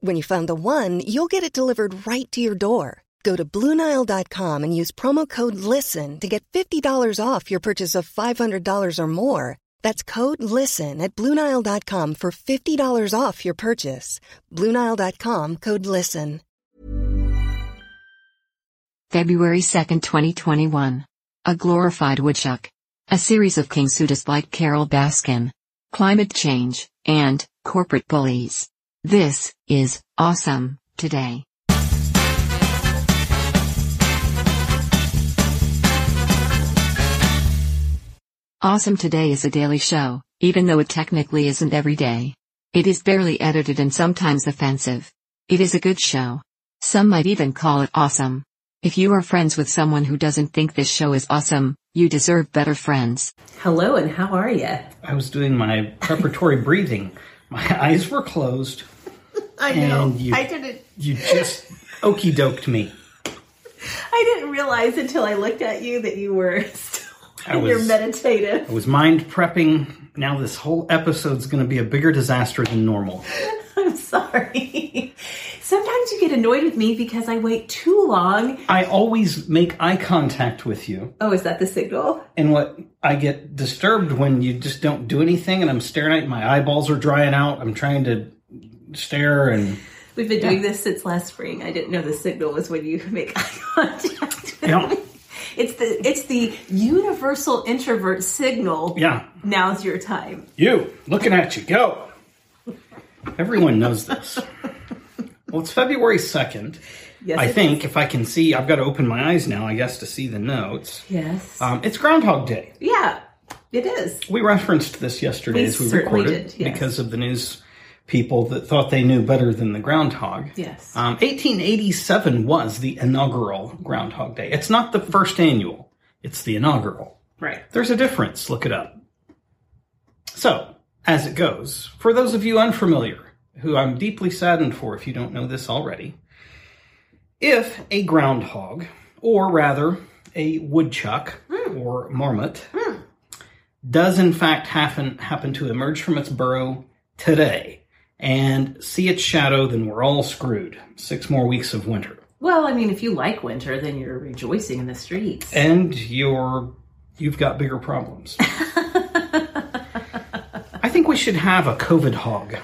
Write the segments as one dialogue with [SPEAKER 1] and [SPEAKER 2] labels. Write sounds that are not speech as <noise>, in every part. [SPEAKER 1] When you find the one, you'll get it delivered right to your door. Go to Bluenile.com and use promo code LISTEN to get $50 off your purchase of $500 or more. That's code LISTEN at Bluenile.com for $50 off your purchase. Bluenile.com code LISTEN.
[SPEAKER 2] February 2, 2021. A Glorified Woodchuck. A series of King Sudas like Carol Baskin. Climate change, and corporate bullies. This is awesome today. Awesome Today is a daily show, even though it technically isn't every day. It is barely edited and sometimes offensive. It is a good show. Some might even call it awesome. If you are friends with someone who doesn't think this show is awesome, you deserve better friends.
[SPEAKER 3] Hello, and how are you?
[SPEAKER 4] I was doing my preparatory <laughs> breathing. My eyes were closed.
[SPEAKER 3] <laughs> I know.
[SPEAKER 4] And you-
[SPEAKER 3] I didn't.
[SPEAKER 4] You just okey doked me.
[SPEAKER 3] I didn't realize until I looked at you that you were <laughs> still <laughs>
[SPEAKER 4] I
[SPEAKER 3] in your
[SPEAKER 4] was-
[SPEAKER 3] meditative. <laughs>
[SPEAKER 4] I was mind prepping. Now this whole episode's going to be a bigger disaster than normal.
[SPEAKER 3] I'm sorry. Sometimes you get annoyed with me because I wait too long.
[SPEAKER 4] I always make eye contact with you,
[SPEAKER 3] Oh, is that the signal?
[SPEAKER 4] and what I get disturbed when you just don't do anything, and I'm staring at you, my eyeballs are drying out. I'm trying to stare, and
[SPEAKER 3] We've been doing this since last spring. I didn't know the signal was when you <laughs> make eye contact. With
[SPEAKER 4] Yeah.
[SPEAKER 3] me. It's the it's the universal introvert signal.
[SPEAKER 4] yeah,
[SPEAKER 3] Now's your time.
[SPEAKER 4] you looking at you go. Everyone knows this. Well, it's February second.
[SPEAKER 3] Yes.
[SPEAKER 4] I
[SPEAKER 3] it-
[SPEAKER 4] think if I can see, I've got to open my eyes now, I guess, to see the notes.
[SPEAKER 3] Yes.
[SPEAKER 4] Um, it's Groundhog Day.
[SPEAKER 3] yeah. It is.
[SPEAKER 4] We referenced this yesterday
[SPEAKER 3] We
[SPEAKER 4] as we
[SPEAKER 3] certainly
[SPEAKER 4] recorded
[SPEAKER 3] did, yes.
[SPEAKER 4] because of the news people that thought they knew better than the groundhog.
[SPEAKER 3] Yes.
[SPEAKER 4] Um, 1887 was the inaugural Groundhog Day. It's not the first annual, it's the inaugural.
[SPEAKER 3] Right.
[SPEAKER 4] There's a difference. Look it up. So, as it goes, for those of you unfamiliar, who I'm deeply saddened for if you don't know this already, if a groundhog, or rather a woodchuck or marmot, does in fact happen, happen to emerge from its burrow today and see its shadow, then we're all screwed. Six more weeks of winter.
[SPEAKER 3] Well, I mean, if you like winter, then you're rejoicing in the streets.
[SPEAKER 4] and you're you've got bigger
[SPEAKER 3] <laughs>
[SPEAKER 4] problems. I think we should have a COVID hog.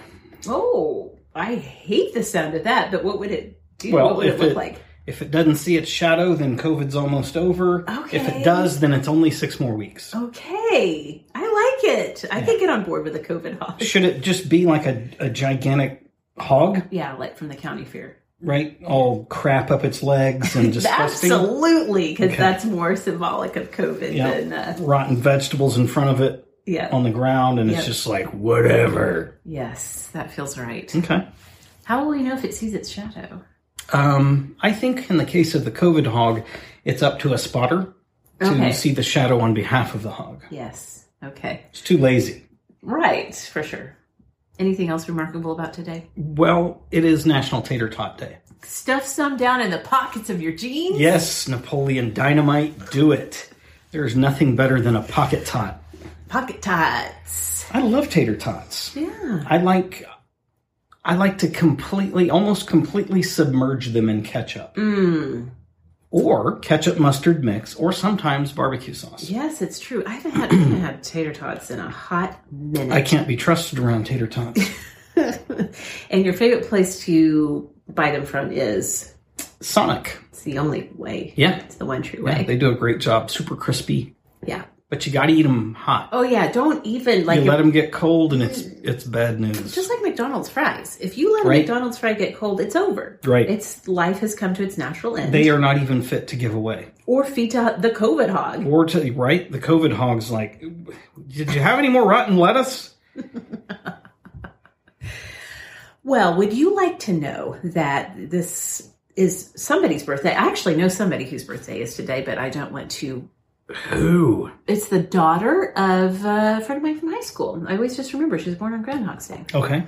[SPEAKER 3] Oh, I hate the sound of that. But what would it do? what would it look like?
[SPEAKER 4] if it doesn't see its shadow, then COVID's almost over. If
[SPEAKER 3] Okay.
[SPEAKER 4] it does, then it's only six more weeks.
[SPEAKER 3] Okay, I like it. I could get on board with a COVID hog.
[SPEAKER 4] Should it just be like a, a gigantic hog,
[SPEAKER 3] Yeah, like from the county fair.
[SPEAKER 4] right? All crap up its legs
[SPEAKER 3] <laughs>
[SPEAKER 4] and disgusting.
[SPEAKER 3] Absolutely, because
[SPEAKER 4] Okay.
[SPEAKER 3] that's more symbolic of COVID
[SPEAKER 4] Yeah.
[SPEAKER 3] than uh,
[SPEAKER 4] Rotten vegetables in front of it
[SPEAKER 3] yeah.
[SPEAKER 4] on the ground, and
[SPEAKER 3] Yep.
[SPEAKER 4] it's just like whatever.
[SPEAKER 3] yes, that feels right.
[SPEAKER 4] Okay.
[SPEAKER 3] How will we know if it sees its shadow?
[SPEAKER 4] Um, I think in the case of the COVID hog, it's up to a spotter to
[SPEAKER 3] Okay.
[SPEAKER 4] see the shadow on behalf of the hog.
[SPEAKER 3] Yes. Okay.
[SPEAKER 4] It's too lazy.
[SPEAKER 3] Right, for sure. Anything else remarkable about today?
[SPEAKER 4] Well, it is National Tater Tot Day.
[SPEAKER 3] Stuff some down in the pockets of your jeans.
[SPEAKER 4] Yes, Napoleon Dynamite, do it. There's nothing better than a pocket tot.
[SPEAKER 3] Pocket tots.
[SPEAKER 4] I love tater tots.
[SPEAKER 3] Yeah.
[SPEAKER 4] I like I like to completely almost completely submerge them in ketchup
[SPEAKER 3] Mm.
[SPEAKER 4] or ketchup mustard mix or sometimes barbecue sauce.
[SPEAKER 3] Yes, it's true. I haven't had, I haven't
[SPEAKER 4] <clears throat>
[SPEAKER 3] had tater tots in a hot minute.
[SPEAKER 4] I can't be trusted around tater tots.
[SPEAKER 3] and your favorite place to buy them from is
[SPEAKER 4] Sonic.
[SPEAKER 3] it's the only way.
[SPEAKER 4] Yeah.
[SPEAKER 3] It's the one true
[SPEAKER 4] Yeah,
[SPEAKER 3] way.
[SPEAKER 4] they do a great job. Super crispy,
[SPEAKER 3] yeah.
[SPEAKER 4] but you got to eat them hot.
[SPEAKER 3] Oh yeah, don't even like
[SPEAKER 4] you let them get cold, and it's it's bad news.
[SPEAKER 3] just like McDonald's fries. If you let a
[SPEAKER 4] Right.
[SPEAKER 3] McDonald's fry get cold, it's over.
[SPEAKER 4] Right.
[SPEAKER 3] It's life has come to its natural end.
[SPEAKER 4] they are not even fit to give away.
[SPEAKER 3] or feed to the COVID hog.
[SPEAKER 4] Or to right, the COVID hog's like, did you have any more rotten lettuce?
[SPEAKER 3] Well, would you like to know that this is somebody's birthday? I actually know somebody whose birthday is today, but I don't want to.
[SPEAKER 4] Ooh.
[SPEAKER 3] It's the daughter of uh, a friend of mine from high school. I always just remember she was born on Groundhog's Day.
[SPEAKER 4] Okay.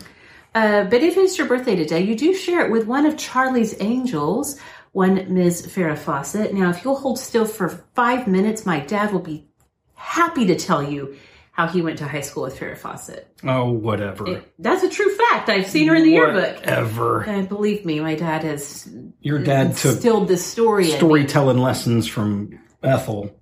[SPEAKER 3] Uh, but if it's your birthday today, you do share it with one of Charlie's angels, one Ms. Farrah Fawcett. Now, if you'll hold still for five minutes, my dad will be happy to tell you how he went to high school with Farrah Fawcett.
[SPEAKER 4] Oh, whatever.
[SPEAKER 3] That's a true fact. I've seen her in the yearbook.
[SPEAKER 4] Ever.
[SPEAKER 3] And believe me, my dad has
[SPEAKER 4] Your dad took
[SPEAKER 3] instilled this story. in me.
[SPEAKER 4] storytelling lessons from Ethel.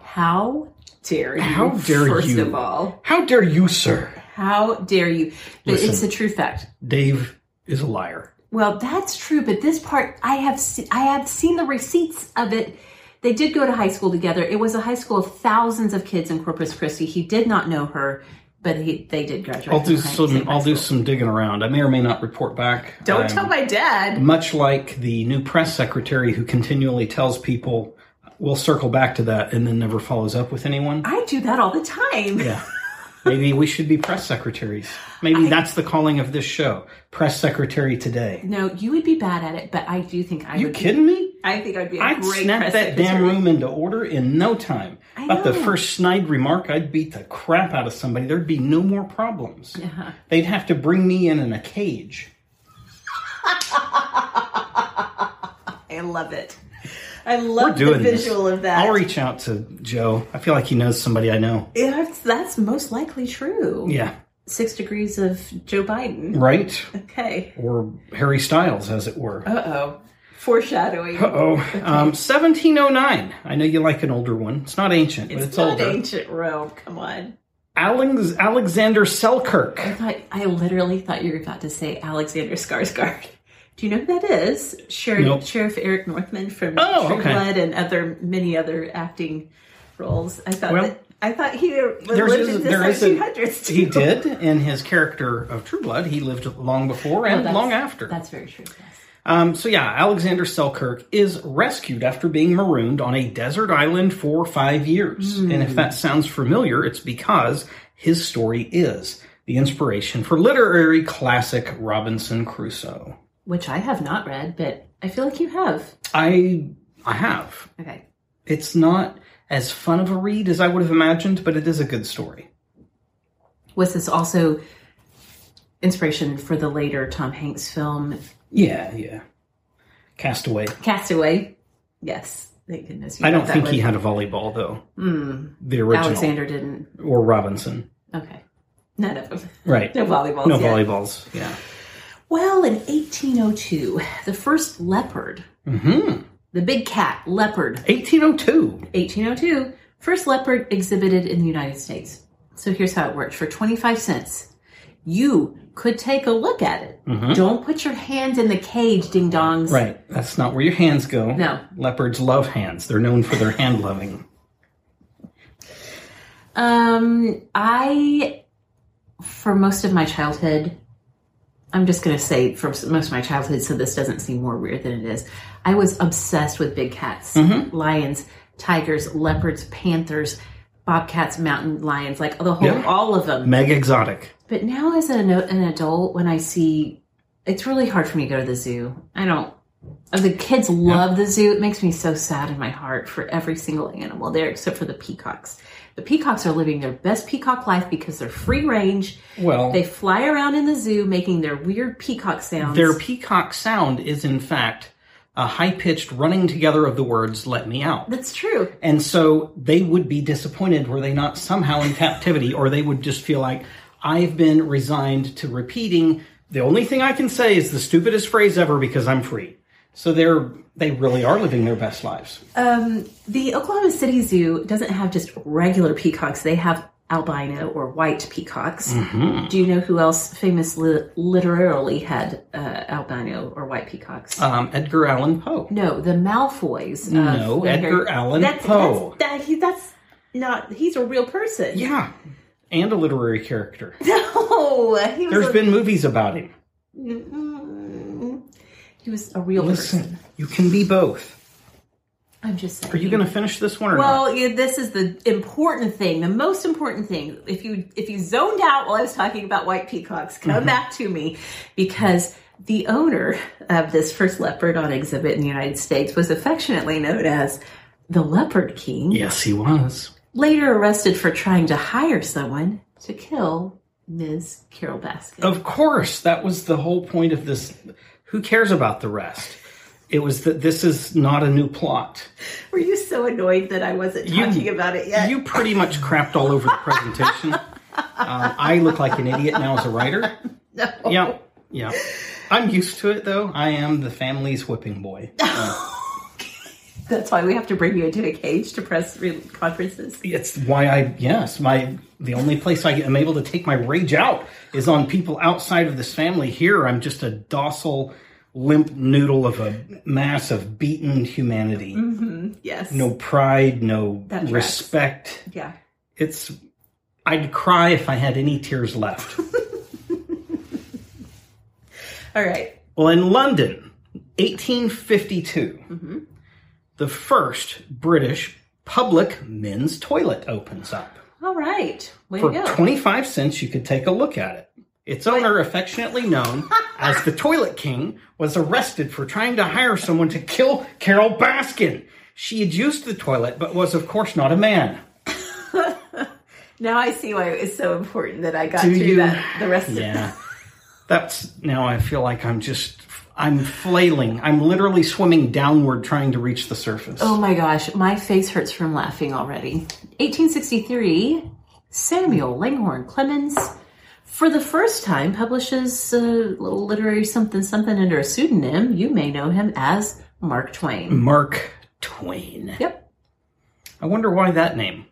[SPEAKER 3] How dare you?
[SPEAKER 4] How dare
[SPEAKER 3] first
[SPEAKER 4] you.
[SPEAKER 3] of all,
[SPEAKER 4] How dare you, sir?
[SPEAKER 3] how dare you? But it's
[SPEAKER 4] Listen.
[SPEAKER 3] a true fact.
[SPEAKER 4] Dave is a liar.
[SPEAKER 3] Well, that's true, but this part I have se- I have seen the receipts of it. They did go to high school together. It was a high school of thousands of kids in Corpus Christi. He did not know her, but he, they did graduate.
[SPEAKER 4] I'll do
[SPEAKER 3] from high- same
[SPEAKER 4] some.
[SPEAKER 3] high
[SPEAKER 4] I'll do
[SPEAKER 3] school.
[SPEAKER 4] some um, digging around. I may or may not report back.
[SPEAKER 3] Don't
[SPEAKER 4] I'm-
[SPEAKER 3] tell my dad.
[SPEAKER 4] Much like the new press secretary who continually tells people, "We'll circle back to that," and then never follows up with anyone.
[SPEAKER 3] I do that all the time.
[SPEAKER 4] Yeah. <laughs> Maybe we should be press secretaries. Maybe that's the calling of this show. Press secretary today.
[SPEAKER 3] No, you would be bad at it, but I do think I
[SPEAKER 4] Are you
[SPEAKER 3] would. be-
[SPEAKER 4] kidding me?
[SPEAKER 3] I think I'd be a
[SPEAKER 4] I'd
[SPEAKER 3] great
[SPEAKER 4] snap
[SPEAKER 3] press
[SPEAKER 4] that damn
[SPEAKER 3] secretary.
[SPEAKER 4] room into order in no time.
[SPEAKER 3] I
[SPEAKER 4] But the
[SPEAKER 3] know.
[SPEAKER 4] first snide remark, I'd beat the crap out of somebody. There'd be no more problems. They'd have to bring me in in a cage.
[SPEAKER 3] I love it. I love the
[SPEAKER 4] Doing this.
[SPEAKER 3] visual of that.
[SPEAKER 4] I'll reach out to Joe. I feel like he knows somebody I know.
[SPEAKER 3] Yeah, it's- that's most likely true.
[SPEAKER 4] Yeah.
[SPEAKER 3] Six degrees of Joe Biden.
[SPEAKER 4] Right?
[SPEAKER 3] Okay.
[SPEAKER 4] Or Harry Styles, as it were.
[SPEAKER 3] Uh oh. Foreshadowing.
[SPEAKER 4] Uh oh. Um, 1709. I know you like an older one. It's not ancient, but it's
[SPEAKER 3] not
[SPEAKER 4] older.
[SPEAKER 3] ancient Rome. Come on.
[SPEAKER 4] Alex- Alexander Selkirk.
[SPEAKER 3] I thought I literally thought you were about to say Alexander Skarsgård. Do you know who that is? Sheriff,
[SPEAKER 4] Nope.
[SPEAKER 3] Sheriff Eric Northman from
[SPEAKER 4] Oh,
[SPEAKER 3] True
[SPEAKER 4] okay.
[SPEAKER 3] Blood and other many other acting roles. I thought
[SPEAKER 4] Well,
[SPEAKER 3] that, I thought he lived
[SPEAKER 4] There's is-
[SPEAKER 3] in the
[SPEAKER 4] there is a-
[SPEAKER 3] 1700s.
[SPEAKER 4] He
[SPEAKER 3] too. <laughs>
[SPEAKER 4] did in his character of True Blood. He lived long before
[SPEAKER 3] Oh,
[SPEAKER 4] and
[SPEAKER 3] that's-
[SPEAKER 4] long after.
[SPEAKER 3] That's very true. yes.
[SPEAKER 4] Um, so yeah, Alexander Selkirk is rescued after being marooned on a desert island for five years. And if that sounds familiar, it's because his story is the inspiration for literary classic Robinson Crusoe.
[SPEAKER 3] Which I have not read, but I feel like you have.
[SPEAKER 4] I I have.
[SPEAKER 3] Okay.
[SPEAKER 4] It's not as fun of a read as I would have imagined, but it is a good story.
[SPEAKER 3] Was this also inspiration for the later Tom Hanks film
[SPEAKER 4] Yeah, yeah. Castaway.
[SPEAKER 3] Castaway? Yes. Thank goodness. you
[SPEAKER 4] I don't
[SPEAKER 3] got that
[SPEAKER 4] think he
[SPEAKER 3] one.
[SPEAKER 4] had a volleyball though.
[SPEAKER 3] Hmm.
[SPEAKER 4] The original
[SPEAKER 3] Alexander didn't.
[SPEAKER 4] or Robinson.
[SPEAKER 3] Okay. None of them.
[SPEAKER 4] Right.
[SPEAKER 3] No volleyballs.
[SPEAKER 4] No
[SPEAKER 3] yet.
[SPEAKER 4] volleyballs. Yeah.
[SPEAKER 3] Well, in 1802, the first leopard,
[SPEAKER 4] Mm-hmm.
[SPEAKER 3] the big cat leopard,
[SPEAKER 4] 1802.
[SPEAKER 3] 1802, first leopard exhibited in the United States. So here's how it worked for 25 cents. You could take a look at it. Don't put your hands in the cage, ding dongs.
[SPEAKER 4] Mm-hmm. Right. That's not where your hands go.
[SPEAKER 3] No.
[SPEAKER 4] Leopards love hands. They're known for their hand loving.
[SPEAKER 3] Um, I, for most of my childhood, I'm just going to say for s- most of my childhood, so this doesn't seem more weird than it is. I was obsessed with big cats,
[SPEAKER 4] Mm-hmm.
[SPEAKER 3] lions, tigers, leopards, panthers, bobcats, mountain lions, like the whole,
[SPEAKER 4] Yeah.
[SPEAKER 3] all of them.
[SPEAKER 4] Mega exotic.
[SPEAKER 3] But now, as an, an adult, when I see, it's really hard for me to go to the zoo. I don't. oh, The kids love the zoo. It makes me so sad in my heart for every single animal there, except for the peacocks. The peacocks are living their best peacock life because they're free range.
[SPEAKER 4] Well,
[SPEAKER 3] They fly around in the zoo, making their weird peacock sounds.
[SPEAKER 4] their peacock sound is, in fact, a high pitched running together of the words, let me out.
[SPEAKER 3] That's true.
[SPEAKER 4] And so they would be disappointed were they not somehow in captivity, or they would just feel like, I've been resigned to repeating the only thing I can say is the stupidest phrase ever because I'm free. So they're they really are living their best lives.
[SPEAKER 3] Um, the Oklahoma City Zoo doesn't have just regular peacocks; they have albino or white peacocks.
[SPEAKER 4] hmm
[SPEAKER 3] Do you know who else famous li- literarily had uh, albino or white peacocks?
[SPEAKER 4] Um, Edgar Allan Poe.
[SPEAKER 3] no, the Malfoys. Of
[SPEAKER 4] No, Edgar Allan
[SPEAKER 3] that's,
[SPEAKER 4] Poe.
[SPEAKER 3] That's, that, he, that's not. He's a real person.
[SPEAKER 4] Yeah, and a literary character.
[SPEAKER 3] <laughs> No, he was.
[SPEAKER 4] There's
[SPEAKER 3] a,
[SPEAKER 4] been movies about him.
[SPEAKER 3] Mm, he was a real person.
[SPEAKER 4] Listen, you can be both.
[SPEAKER 3] I'm just saying.
[SPEAKER 4] Are you going to finish this one or not?
[SPEAKER 3] Well, you, this is the important thing, the most important thing. If you if you zoned out while I was talking about white peacocks, come
[SPEAKER 4] Mm-hmm.
[SPEAKER 3] back to me because the owner of this first leopard on exhibit in the United States was affectionately known as the Leopard King.
[SPEAKER 4] Yes, he was.
[SPEAKER 3] Later arrested for trying to hire someone to kill Ms. Carol Baskin.
[SPEAKER 4] Of course, that was the whole point of this. Who cares about the rest? It was that this is not a new plot.
[SPEAKER 3] Were you so annoyed that I wasn't
[SPEAKER 4] You-
[SPEAKER 3] talking about it yet?
[SPEAKER 4] You pretty much crapped all over the
[SPEAKER 3] <laughs>
[SPEAKER 4] presentation. um, I look like an idiot now as a writer. No. Yeah, yeah. I'm used to it though. I am the family's whipping boy.
[SPEAKER 3] That's why we have to bring you into a cage to press re- conferences.
[SPEAKER 4] It's why I yes my the only place I am able to take my rage out is on people outside of this family. Here I'm just a docile limp noodle of a mass of beaten humanity.
[SPEAKER 3] Yes.
[SPEAKER 4] No pride, no
[SPEAKER 3] Mm-hmm. That tracks.
[SPEAKER 4] respect.
[SPEAKER 3] Yeah.
[SPEAKER 4] It's I'd cry if I had any tears left. <laughs>
[SPEAKER 3] All right.
[SPEAKER 4] well, in London, 1852,
[SPEAKER 3] Mm-hmm.
[SPEAKER 4] the first British public men's toilet opens up.
[SPEAKER 3] All right. Way
[SPEAKER 4] For
[SPEAKER 3] to go.
[SPEAKER 4] 25 cents, you could take a look at it. Its owner, affectionately known
[SPEAKER 3] <laughs>
[SPEAKER 4] as the Toilet King, was arrested for trying to hire someone to kill Carol Baskin. She had used the toilet, but was, of course, not a man.
[SPEAKER 3] now I see why it was so important that I got
[SPEAKER 4] Do
[SPEAKER 3] through
[SPEAKER 4] you-
[SPEAKER 3] that the rest of <laughs>
[SPEAKER 4] Yeah. That's now I feel like I'm just, I'm flailing. I'm literally swimming downward trying to reach the surface.
[SPEAKER 3] Oh my gosh, my face hurts from laughing already. 1863, Samuel
[SPEAKER 4] Hmm.
[SPEAKER 3] Langhorne Clemens for the first time publishes a little literary something something under a pseudonym. You may know him as Mark Twain.
[SPEAKER 4] Mark Twain.
[SPEAKER 3] Yep.
[SPEAKER 4] I wonder why that name.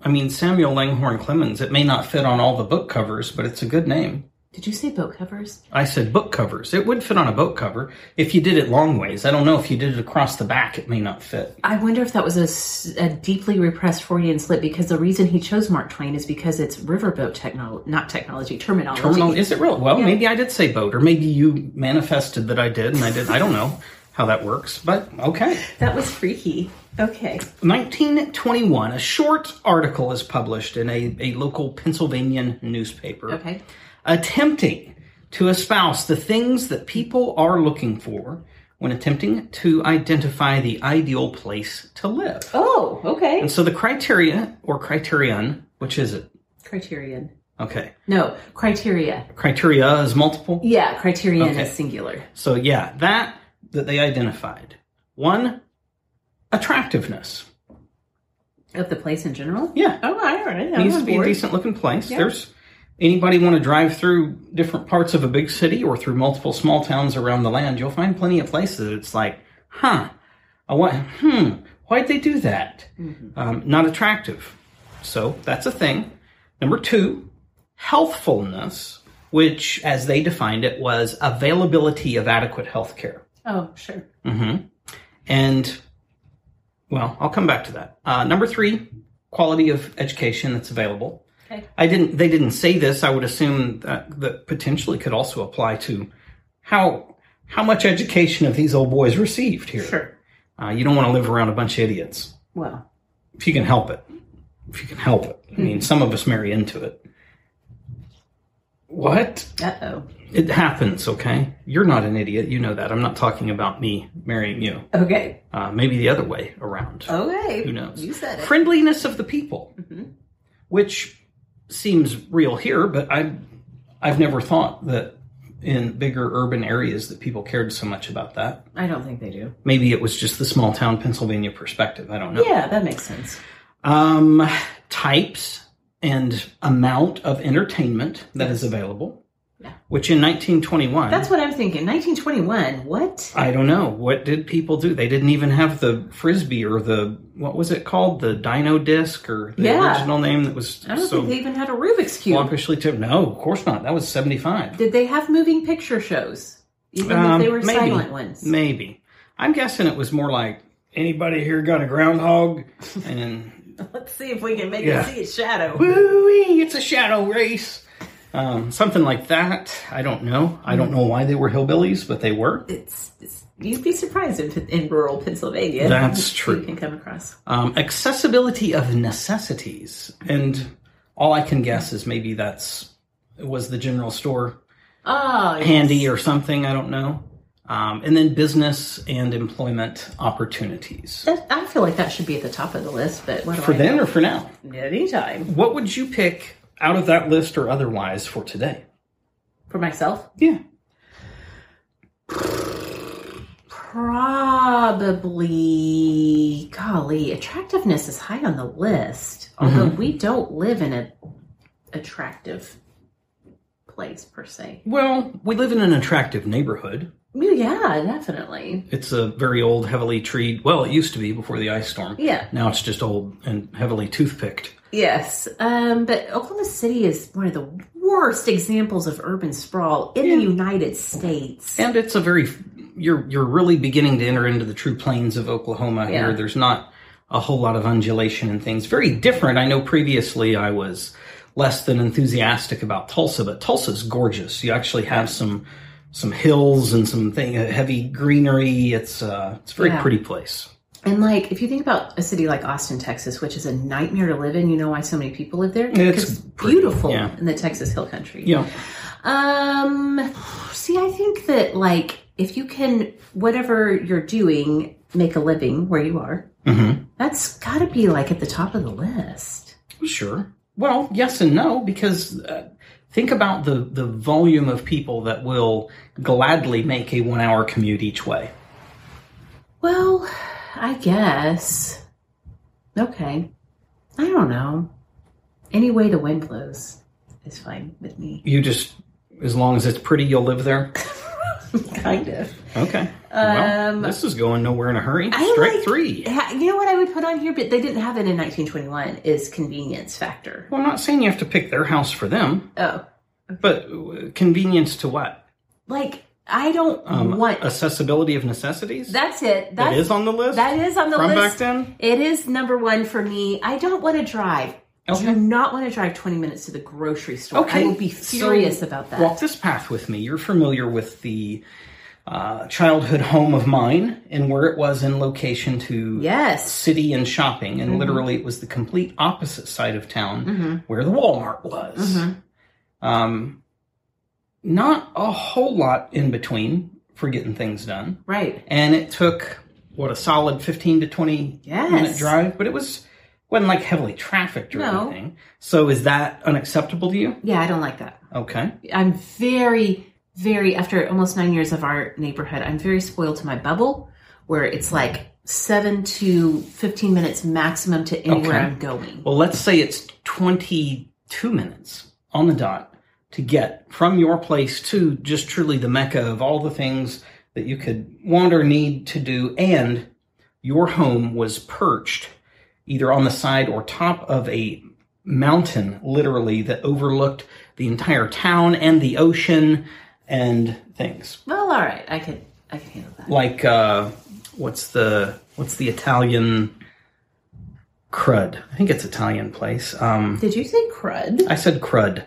[SPEAKER 4] I mean, Samuel Langhorne Clemens, it may not fit on all the book covers, but it's a good name.
[SPEAKER 3] Did you say boat covers?
[SPEAKER 4] I said book covers. It would fit on a book cover if you did it long ways. I don't know if you did it across the back, it may not fit.
[SPEAKER 3] I wonder if that was a s- a, deeply repressed Freudian slip because the reason he chose Mark Twain is because it's riverboat technology, not technology, terminology.
[SPEAKER 4] Terminal is it real? Well, maybe I did say boat, or maybe you manifested that I did, and I did. I don't know how that works, but okay.
[SPEAKER 3] That was freaky. Okay.
[SPEAKER 4] 1921, a short article is published in a, a local Pennsylvania newspaper.
[SPEAKER 3] Okay.
[SPEAKER 4] attempting to espouse the things that people are looking for when attempting to identify the ideal place to live.
[SPEAKER 3] Oh, okay.
[SPEAKER 4] And so the criteria or criterion, which is it?
[SPEAKER 3] Criterion.
[SPEAKER 4] Okay.
[SPEAKER 3] No, criteria.
[SPEAKER 4] Criteria is multiple.
[SPEAKER 3] Yeah, criterion
[SPEAKER 4] Okay.
[SPEAKER 3] is singular.
[SPEAKER 4] So yeah, that that they identified. One, attractiveness.
[SPEAKER 3] Of the place in general?
[SPEAKER 4] Yeah.
[SPEAKER 3] Oh, all right. I'm
[SPEAKER 4] needs
[SPEAKER 3] on
[SPEAKER 4] to be a
[SPEAKER 3] board.
[SPEAKER 4] decent looking place.
[SPEAKER 3] Yeah.
[SPEAKER 4] There's anybody want to drive through different parts of a big city or through multiple small towns around the land, you'll find plenty of places. that It's like, huh, I want, hmm, why'd they do that? Um, not attractive. So that's a thing. Number two, healthfulness, which, as they defined it, was availability of adequate health care.
[SPEAKER 3] Oh, sure.
[SPEAKER 4] And well, I'll come back to that. Uh, number three, quality of education that's available.
[SPEAKER 3] Okay.
[SPEAKER 4] I didn't. They didn't say this. I would assume that that potentially could also apply to how how much education have these old boys received here.
[SPEAKER 3] Sure.
[SPEAKER 4] Uh, you don't want to live around a bunch of idiots
[SPEAKER 3] Well,
[SPEAKER 4] if you can help it. If you can help it. I mean, some of us marry into it. What?
[SPEAKER 3] uh oh.
[SPEAKER 4] It happens. Okay. You're not an idiot. You know that. I'm not talking about me marrying you.
[SPEAKER 3] Okay.
[SPEAKER 4] Uh, maybe the other way around.
[SPEAKER 3] Okay.
[SPEAKER 4] Who knows?
[SPEAKER 3] You said it. Mm-hmm.
[SPEAKER 4] Friendliness of the people, which seems real here, but I, I've never thought that in bigger urban areas that people cared so much about that.
[SPEAKER 3] I don't think they do.
[SPEAKER 4] Maybe it was just the small town Pennsylvania perspective. I don't know.
[SPEAKER 3] Yeah, that makes sense.
[SPEAKER 4] Um, types and amount of entertainment that is available.
[SPEAKER 3] Yeah.
[SPEAKER 4] Which in 1921.
[SPEAKER 3] That's what I'm thinking. 1921. What?
[SPEAKER 4] I don't know. What did people do? They didn't even have the frisbee or the what was it called? The dino disc or the
[SPEAKER 3] Yeah.
[SPEAKER 4] original name that was
[SPEAKER 3] I don't
[SPEAKER 4] so
[SPEAKER 3] think they even had a Rubik's cube.
[SPEAKER 4] floppishly tipped. No, of course not. That was 75.
[SPEAKER 3] Did they have moving picture shows? Even
[SPEAKER 4] Um,
[SPEAKER 3] if they were
[SPEAKER 4] maybe.
[SPEAKER 3] silent ones.
[SPEAKER 4] Maybe. I'm guessing it was more like anybody here got a groundhog
[SPEAKER 3] <laughs>
[SPEAKER 4] and then
[SPEAKER 3] Let's see if we can make
[SPEAKER 4] Yeah.
[SPEAKER 3] it see its shadow.
[SPEAKER 4] woo it's a shadow race. Um, something like that. I don't know. I don't know why they were hillbillies, but they were.
[SPEAKER 3] It's, it's you'd be surprised in, in rural Pennsylvania.
[SPEAKER 4] That's
[SPEAKER 3] You
[SPEAKER 4] true.
[SPEAKER 3] can come across.
[SPEAKER 4] Um, accessibility of necessities, and all I can guess is maybe that's was the general store
[SPEAKER 3] Oh, yes.
[SPEAKER 4] handy or something. I don't know. Um, and then business and employment opportunities
[SPEAKER 3] That, I feel like that should be at the top of the list, but what do
[SPEAKER 4] for
[SPEAKER 3] I
[SPEAKER 4] then or for now.
[SPEAKER 3] know? anytime
[SPEAKER 4] What would you pick out of that list or otherwise for today?
[SPEAKER 3] for myself,
[SPEAKER 4] Yeah.
[SPEAKER 3] probably. Golly, attractiveness is high on the list.
[SPEAKER 4] Mm-hmm.
[SPEAKER 3] Although we don't live in a attractive place per se.
[SPEAKER 4] Well, we live in an attractive neighborhood.
[SPEAKER 3] Well, Yeah, definitely.
[SPEAKER 4] It's a very old, heavily treed. Well, it used to be before the ice storm.
[SPEAKER 3] Yeah.
[SPEAKER 4] Now it's just old and heavily toothpicked.
[SPEAKER 3] Yes. Um, but Oklahoma City is one of the worst examples of urban sprawl in the United States.
[SPEAKER 4] And it's a very you're you're really beginning to enter into the true plains of Oklahoma
[SPEAKER 3] Yeah.
[SPEAKER 4] here. There's not a whole lot of undulation and things. Very different. I know previously I was less than enthusiastic about Tulsa, but Tulsa's gorgeous. You actually have some some hills and some thing uh, heavy greenery. It's uh it's a very
[SPEAKER 3] Yeah.
[SPEAKER 4] pretty place.
[SPEAKER 3] And like, if you think about a city like Austin, Texas, which is a nightmare to live in, you know why so many people live there?
[SPEAKER 4] It's
[SPEAKER 3] Because
[SPEAKER 4] pretty,
[SPEAKER 3] beautiful
[SPEAKER 4] yeah.
[SPEAKER 3] in the Texas Hill Country.
[SPEAKER 4] Yeah.
[SPEAKER 3] Um, see, I think that like, if you can, whatever you're doing, make a living where you are,
[SPEAKER 4] Mhm.
[SPEAKER 3] that's got to be like at the top of the list.
[SPEAKER 4] Sure. Well, yes and no, because uh, think about the, the volume of people that will gladly make a one hour commute each way.
[SPEAKER 3] Well, I guess. Okay. I don't know. Any way the wind blows is fine with me.
[SPEAKER 4] You just, as long as it's pretty, you'll live there.
[SPEAKER 3] kind of.
[SPEAKER 4] Okay. well,
[SPEAKER 3] Um,
[SPEAKER 4] this is going nowhere in a hurry.
[SPEAKER 3] I
[SPEAKER 4] Strike
[SPEAKER 3] like-
[SPEAKER 4] three.
[SPEAKER 3] Ha- You know what I would put on here, but they didn't have it in 1921, is convenience factor.
[SPEAKER 4] Well, I'm not saying you have to pick their house for them,
[SPEAKER 3] Oh.
[SPEAKER 4] but uh, convenience to what?
[SPEAKER 3] Like, I don't
[SPEAKER 4] Um,
[SPEAKER 3] want.
[SPEAKER 4] Accessibility of necessities?
[SPEAKER 3] that's it.
[SPEAKER 4] that
[SPEAKER 3] That's,
[SPEAKER 4] is on the list?
[SPEAKER 3] that is on the
[SPEAKER 4] From
[SPEAKER 3] list.
[SPEAKER 4] back then?
[SPEAKER 3] It is number one for me. I don't want to drive. I
[SPEAKER 4] Okay.
[SPEAKER 3] do not want to drive 20 minutes to the grocery store. I will be
[SPEAKER 4] so
[SPEAKER 3] furious about that.
[SPEAKER 4] Walk this path with me. You're familiar with the uh, childhood home of mine and where it was in location to
[SPEAKER 3] yes.
[SPEAKER 4] city and shopping,
[SPEAKER 3] Mm-hmm.
[SPEAKER 4] and literally it was the complete opposite side of town where the Walmart was.
[SPEAKER 3] Mm-hmm.
[SPEAKER 4] Um, not a whole lot in between for getting things done
[SPEAKER 3] Right.
[SPEAKER 4] and it took what a solid 15 to 20
[SPEAKER 3] Yes.
[SPEAKER 4] minute drive but it was wasn't like heavily trafficked or
[SPEAKER 3] No.
[SPEAKER 4] anything so is that unacceptable to you
[SPEAKER 3] Yeah, I don't like that.
[SPEAKER 4] okay
[SPEAKER 3] I'm very, very, after almost nine years of our neighborhood, I'm very spoiled to my bubble where it's like seven to 15 minutes maximum to anywhere
[SPEAKER 4] Okay.
[SPEAKER 3] I'm going.
[SPEAKER 4] well let's say it's 22 minutes on the dot to get from your place to just truly the mecca of all the things that you could want or need to do and your home was perched either on the side or top of a mountain, literally, that overlooked the entire town and the ocean and things.
[SPEAKER 3] well, all right. I could, I could handle that.
[SPEAKER 4] Like, uh, what's the what's the Italian crud? I think it's Italian place. Um,
[SPEAKER 3] Did you say crud?
[SPEAKER 4] I said crud.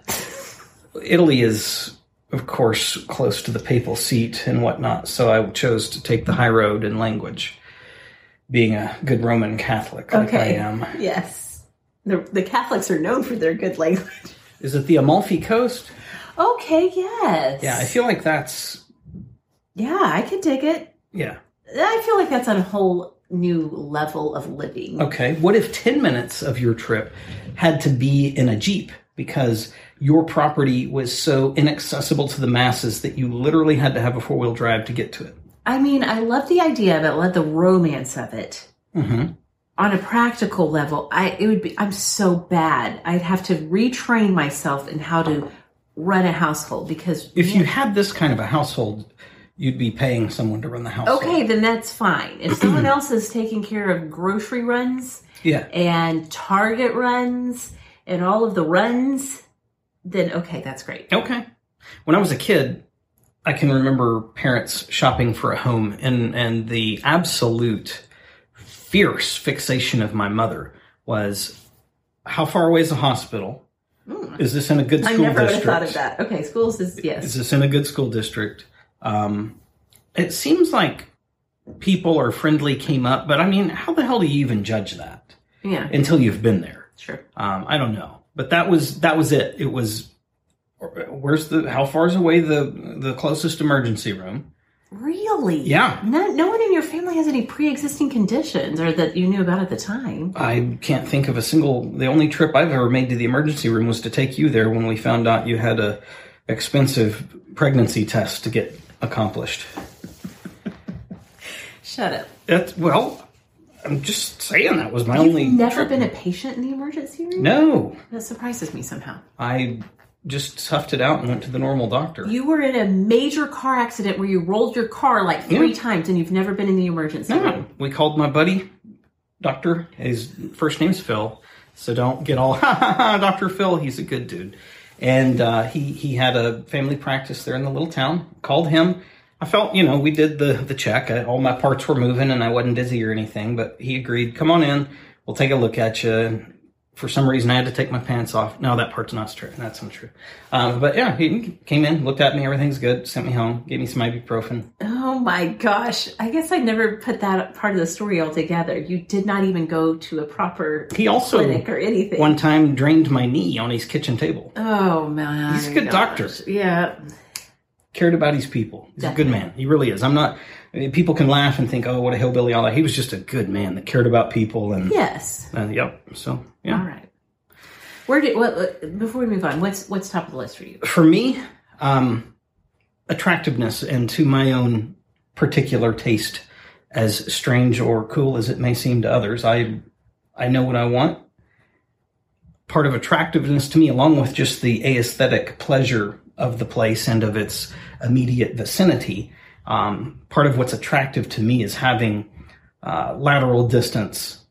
[SPEAKER 4] Italy is, of course, close to the papal seat and whatnot, so I chose to take the high road in language, being a good Roman Catholic like I am.
[SPEAKER 3] Yes. The, the Catholics are known for their good language.
[SPEAKER 4] Is it the Amalfi Coast?
[SPEAKER 3] Okay. Yes.
[SPEAKER 4] Yeah, I feel like that's
[SPEAKER 3] yeah, I could dig it.
[SPEAKER 4] yeah.
[SPEAKER 3] I feel like that's on a whole new level of living.
[SPEAKER 4] Okay. What if 10 minutes of your trip had to be in a Jeep because your property was so inaccessible to the masses that you literally had to have a four-wheel drive to get to it?
[SPEAKER 3] I mean, I love the idea, but love the romance of it.
[SPEAKER 4] Mhm.
[SPEAKER 3] On a practical level, I it would be I'm so bad. I'd have to retrain myself in how to run a household because
[SPEAKER 4] If you had this kind of a household, you'd be paying someone to run the household.
[SPEAKER 3] okay, then that's fine. If someone
[SPEAKER 4] <clears throat>
[SPEAKER 3] else is taking care of grocery runs
[SPEAKER 4] Yeah.
[SPEAKER 3] and Target runs and all of the runs, then okay, that's great.
[SPEAKER 4] Okay. When I was a kid, I can remember parents shopping for a home and, and the absolute fierce fixation of my mother was how far away is the hospital? Is this in a good
[SPEAKER 3] Hmm. I
[SPEAKER 4] school
[SPEAKER 3] never would have
[SPEAKER 4] district?
[SPEAKER 3] thought of that. Okay, schools is yes.
[SPEAKER 4] Is this in a good school district? Um, it seems like people or friendly came up, but I mean, how the hell do you even judge that
[SPEAKER 3] yeah,
[SPEAKER 4] until you've been there?
[SPEAKER 3] sure.
[SPEAKER 4] Um, I don't know, but that was that was it. It was where's the how far is away the the closest emergency room?
[SPEAKER 3] Really?
[SPEAKER 4] Yeah.
[SPEAKER 3] No, no one in your family has any pre-existing conditions, or that you knew about at the time.
[SPEAKER 4] I can't think of a single. The only trip I've ever made to the emergency room was to take you there when we found out you had a expensive pregnancy test to get accomplished.
[SPEAKER 3] Shut up.
[SPEAKER 4] That's well. I'm just saying that was my only.
[SPEAKER 3] You've never
[SPEAKER 4] trip.
[SPEAKER 3] been a patient in the emergency room.
[SPEAKER 4] No,
[SPEAKER 3] That surprises me somehow.
[SPEAKER 4] I just toughed it out and went to the normal doctor.
[SPEAKER 3] You were in a major car accident where you rolled your car like three
[SPEAKER 4] Yeah.
[SPEAKER 3] times, and you've never been in the emergency room.
[SPEAKER 4] no, we called my buddy, Doctor. His first name's Phil, so don't get all <laughs> ha ha ha. Doctor Phil, he's a good dude, and uh, he he had a family practice there in the little town. Called him. I felt you know we did the the check. I, all my parts were moving and I wasn't dizzy or anything, but he agreed. Come on in. We'll take a look at you. for some reason I had to take my pants off. No, that part's not true. That's untrue. Um, but yeah, he came in, looked at me, everything's good, sent me home, gave me some ibuprofen.
[SPEAKER 3] Oh my gosh! I guess I never put that part of the story all together. You did not even go to a proper
[SPEAKER 4] He also
[SPEAKER 3] clinic or anything.
[SPEAKER 4] one time drained my knee on his kitchen table.
[SPEAKER 3] Oh man,
[SPEAKER 4] He's a good doctor.
[SPEAKER 3] Yeah,
[SPEAKER 4] Cared about his people. He's a good man. He really is. I'm not. I mean, People can laugh and think, "Oh, what a hillbilly!" All that. He was just a good man that cared about people and
[SPEAKER 3] yes.
[SPEAKER 4] and, yep. So yeah.
[SPEAKER 3] All right. Where did what- what? Before we move on, what's what's top of the list for you?
[SPEAKER 4] For me, um, attractiveness and to my own particular taste, as strange or cool as it may seem to others, I I know what I want. Part of attractiveness to me, along with just the aesthetic pleasure of the place and of its immediate vicinity, um, part of what's attractive to me is having uh, lateral distance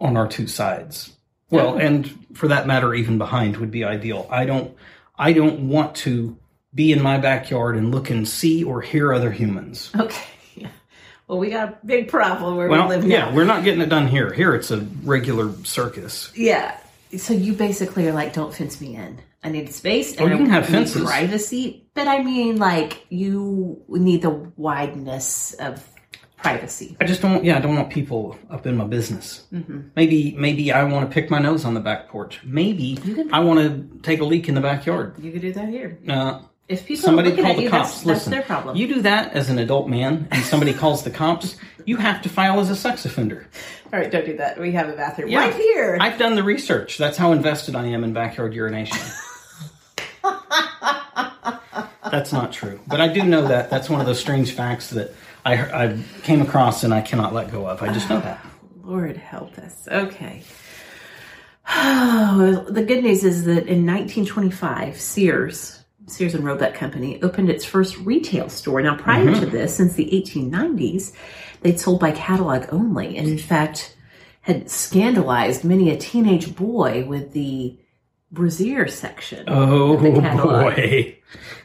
[SPEAKER 4] on our two sides. Well, and for that matter, even behind would be ideal. I don't, I don't want to be in my backyard and look and see or hear other humans.
[SPEAKER 3] Okay. <laughs> Yeah. Well, we got a big problem where we
[SPEAKER 4] Well,
[SPEAKER 3] live
[SPEAKER 4] yeah,
[SPEAKER 3] now.
[SPEAKER 4] we're not getting it done here. Here, it's a regular circus.
[SPEAKER 3] Yeah. So you basically are like, don't fence me in. I need space. And
[SPEAKER 4] Well, Oh, you
[SPEAKER 3] I
[SPEAKER 4] can have
[SPEAKER 3] need
[SPEAKER 4] fences.
[SPEAKER 3] Privacy, but I mean, like, you need the wideness of privacy.
[SPEAKER 4] I just don't. Yeah, I don't want people up in my business.
[SPEAKER 3] Mm-hmm.
[SPEAKER 4] Maybe, maybe I want to pick my nose on the back porch. Maybe I want to take a leak in the backyard.
[SPEAKER 3] You could do that here.
[SPEAKER 4] Uh,
[SPEAKER 3] If people are
[SPEAKER 4] somebody
[SPEAKER 3] looking
[SPEAKER 4] call
[SPEAKER 3] at
[SPEAKER 4] the
[SPEAKER 3] you,
[SPEAKER 4] cops.
[SPEAKER 3] that's, that's
[SPEAKER 4] Listen,
[SPEAKER 3] their problem.
[SPEAKER 4] you do that as an adult man, and somebody calls the cops, you have to file as a sex offender.
[SPEAKER 3] All right, don't do that. We have a bathroom
[SPEAKER 4] Yeah.
[SPEAKER 3] right here.
[SPEAKER 4] I've done the research. That's how invested I am in backyard
[SPEAKER 3] <laughs>
[SPEAKER 4] urination. That's not true, but I do know that. That's one of those strange facts that I, I came across and I cannot let go of. I just know
[SPEAKER 3] <laughs>
[SPEAKER 4] that.
[SPEAKER 3] Lord help us. Okay. <sighs> Oh, the good news is that in 1925, Sears, Sears and Roebuck Company, opened its first retail store. Now, prior to this, since the 1890s, they'd sold by catalog only, and in fact, had scandalized many a teenage boy with the brassiere section.
[SPEAKER 4] Oh
[SPEAKER 3] The catalog.
[SPEAKER 4] boy,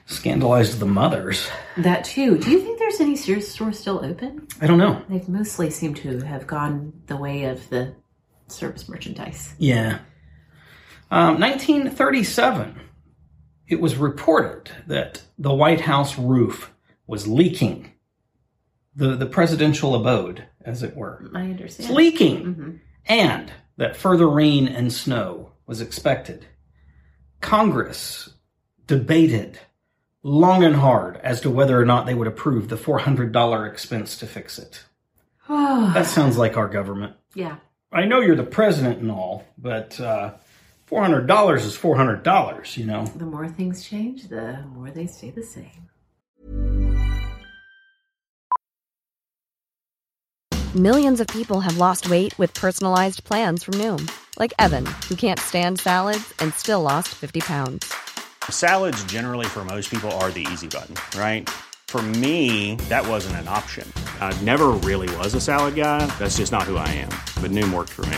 [SPEAKER 4] scandalized the mothers.
[SPEAKER 3] That too. Do you think there's any Sears store still open?
[SPEAKER 4] I don't know.
[SPEAKER 3] They mostly seem to have gone the way of the service merchandise.
[SPEAKER 4] Yeah. Um, 1937, it was reported that the White House roof was leaking. The, the presidential abode, as it were,
[SPEAKER 3] I
[SPEAKER 4] it's
[SPEAKER 3] understand.
[SPEAKER 4] leaking, and that further rain and snow was expected. Congress debated long and hard as to whether or not they would approve the $400 expense to fix it. <sighs> That sounds like our government.
[SPEAKER 3] Mm-hmm. yeah.
[SPEAKER 4] I know you're the president and all, but uh, four hundred dollars is four hundred dollars. You know,
[SPEAKER 3] The more things change, the more they stay the same.
[SPEAKER 5] Millions of people have lost weight with personalized plans from Noom, like Evan, who can't stand salads and still lost 50 pounds.
[SPEAKER 6] Salads, generally, for most people, are the easy button, right? For me, that wasn't an option. I never really was a salad guy. That's just not who I am. But Noom worked for me.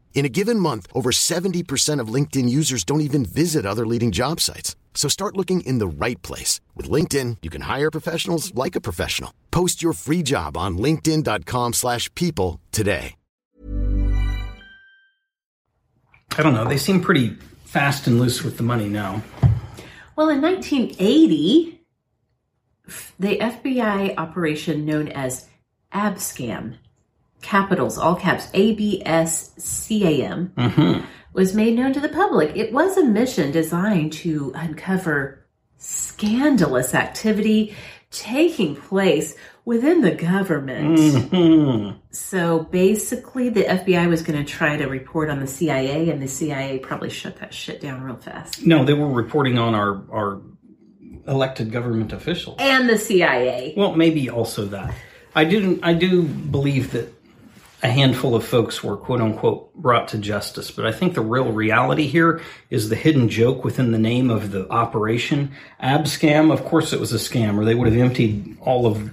[SPEAKER 7] In a given month, over 70% of LinkedIn users don't even visit other leading job sites. So start looking in the right place. With LinkedIn, you can hire professionals like a professional. Post your free job on linkedin.com/people slash people today.
[SPEAKER 4] I don't know. They seem pretty fast and loose with the money now.
[SPEAKER 3] Well, in 1980, f- the FBI operation known as ABSCAM, capitals, all caps, A B S C A M,
[SPEAKER 4] Mm-hmm.
[SPEAKER 3] was made known to the public. It was a mission designed to uncover scandalous activity taking place within the government.
[SPEAKER 4] Mm-hmm.
[SPEAKER 3] So basically, the FBI was going to try to report on the CIA, and the CIA probably shut that shit down real fast.
[SPEAKER 4] No, they were reporting on our our elected government officials.
[SPEAKER 3] And the CIA.
[SPEAKER 4] Well, maybe also that. I do. I do believe that a handful of folks were "quote unquote" brought to justice, but I think the real reality here is the hidden joke within the name of the operation. Abscam. Of course, it was a scam, or they would have emptied all of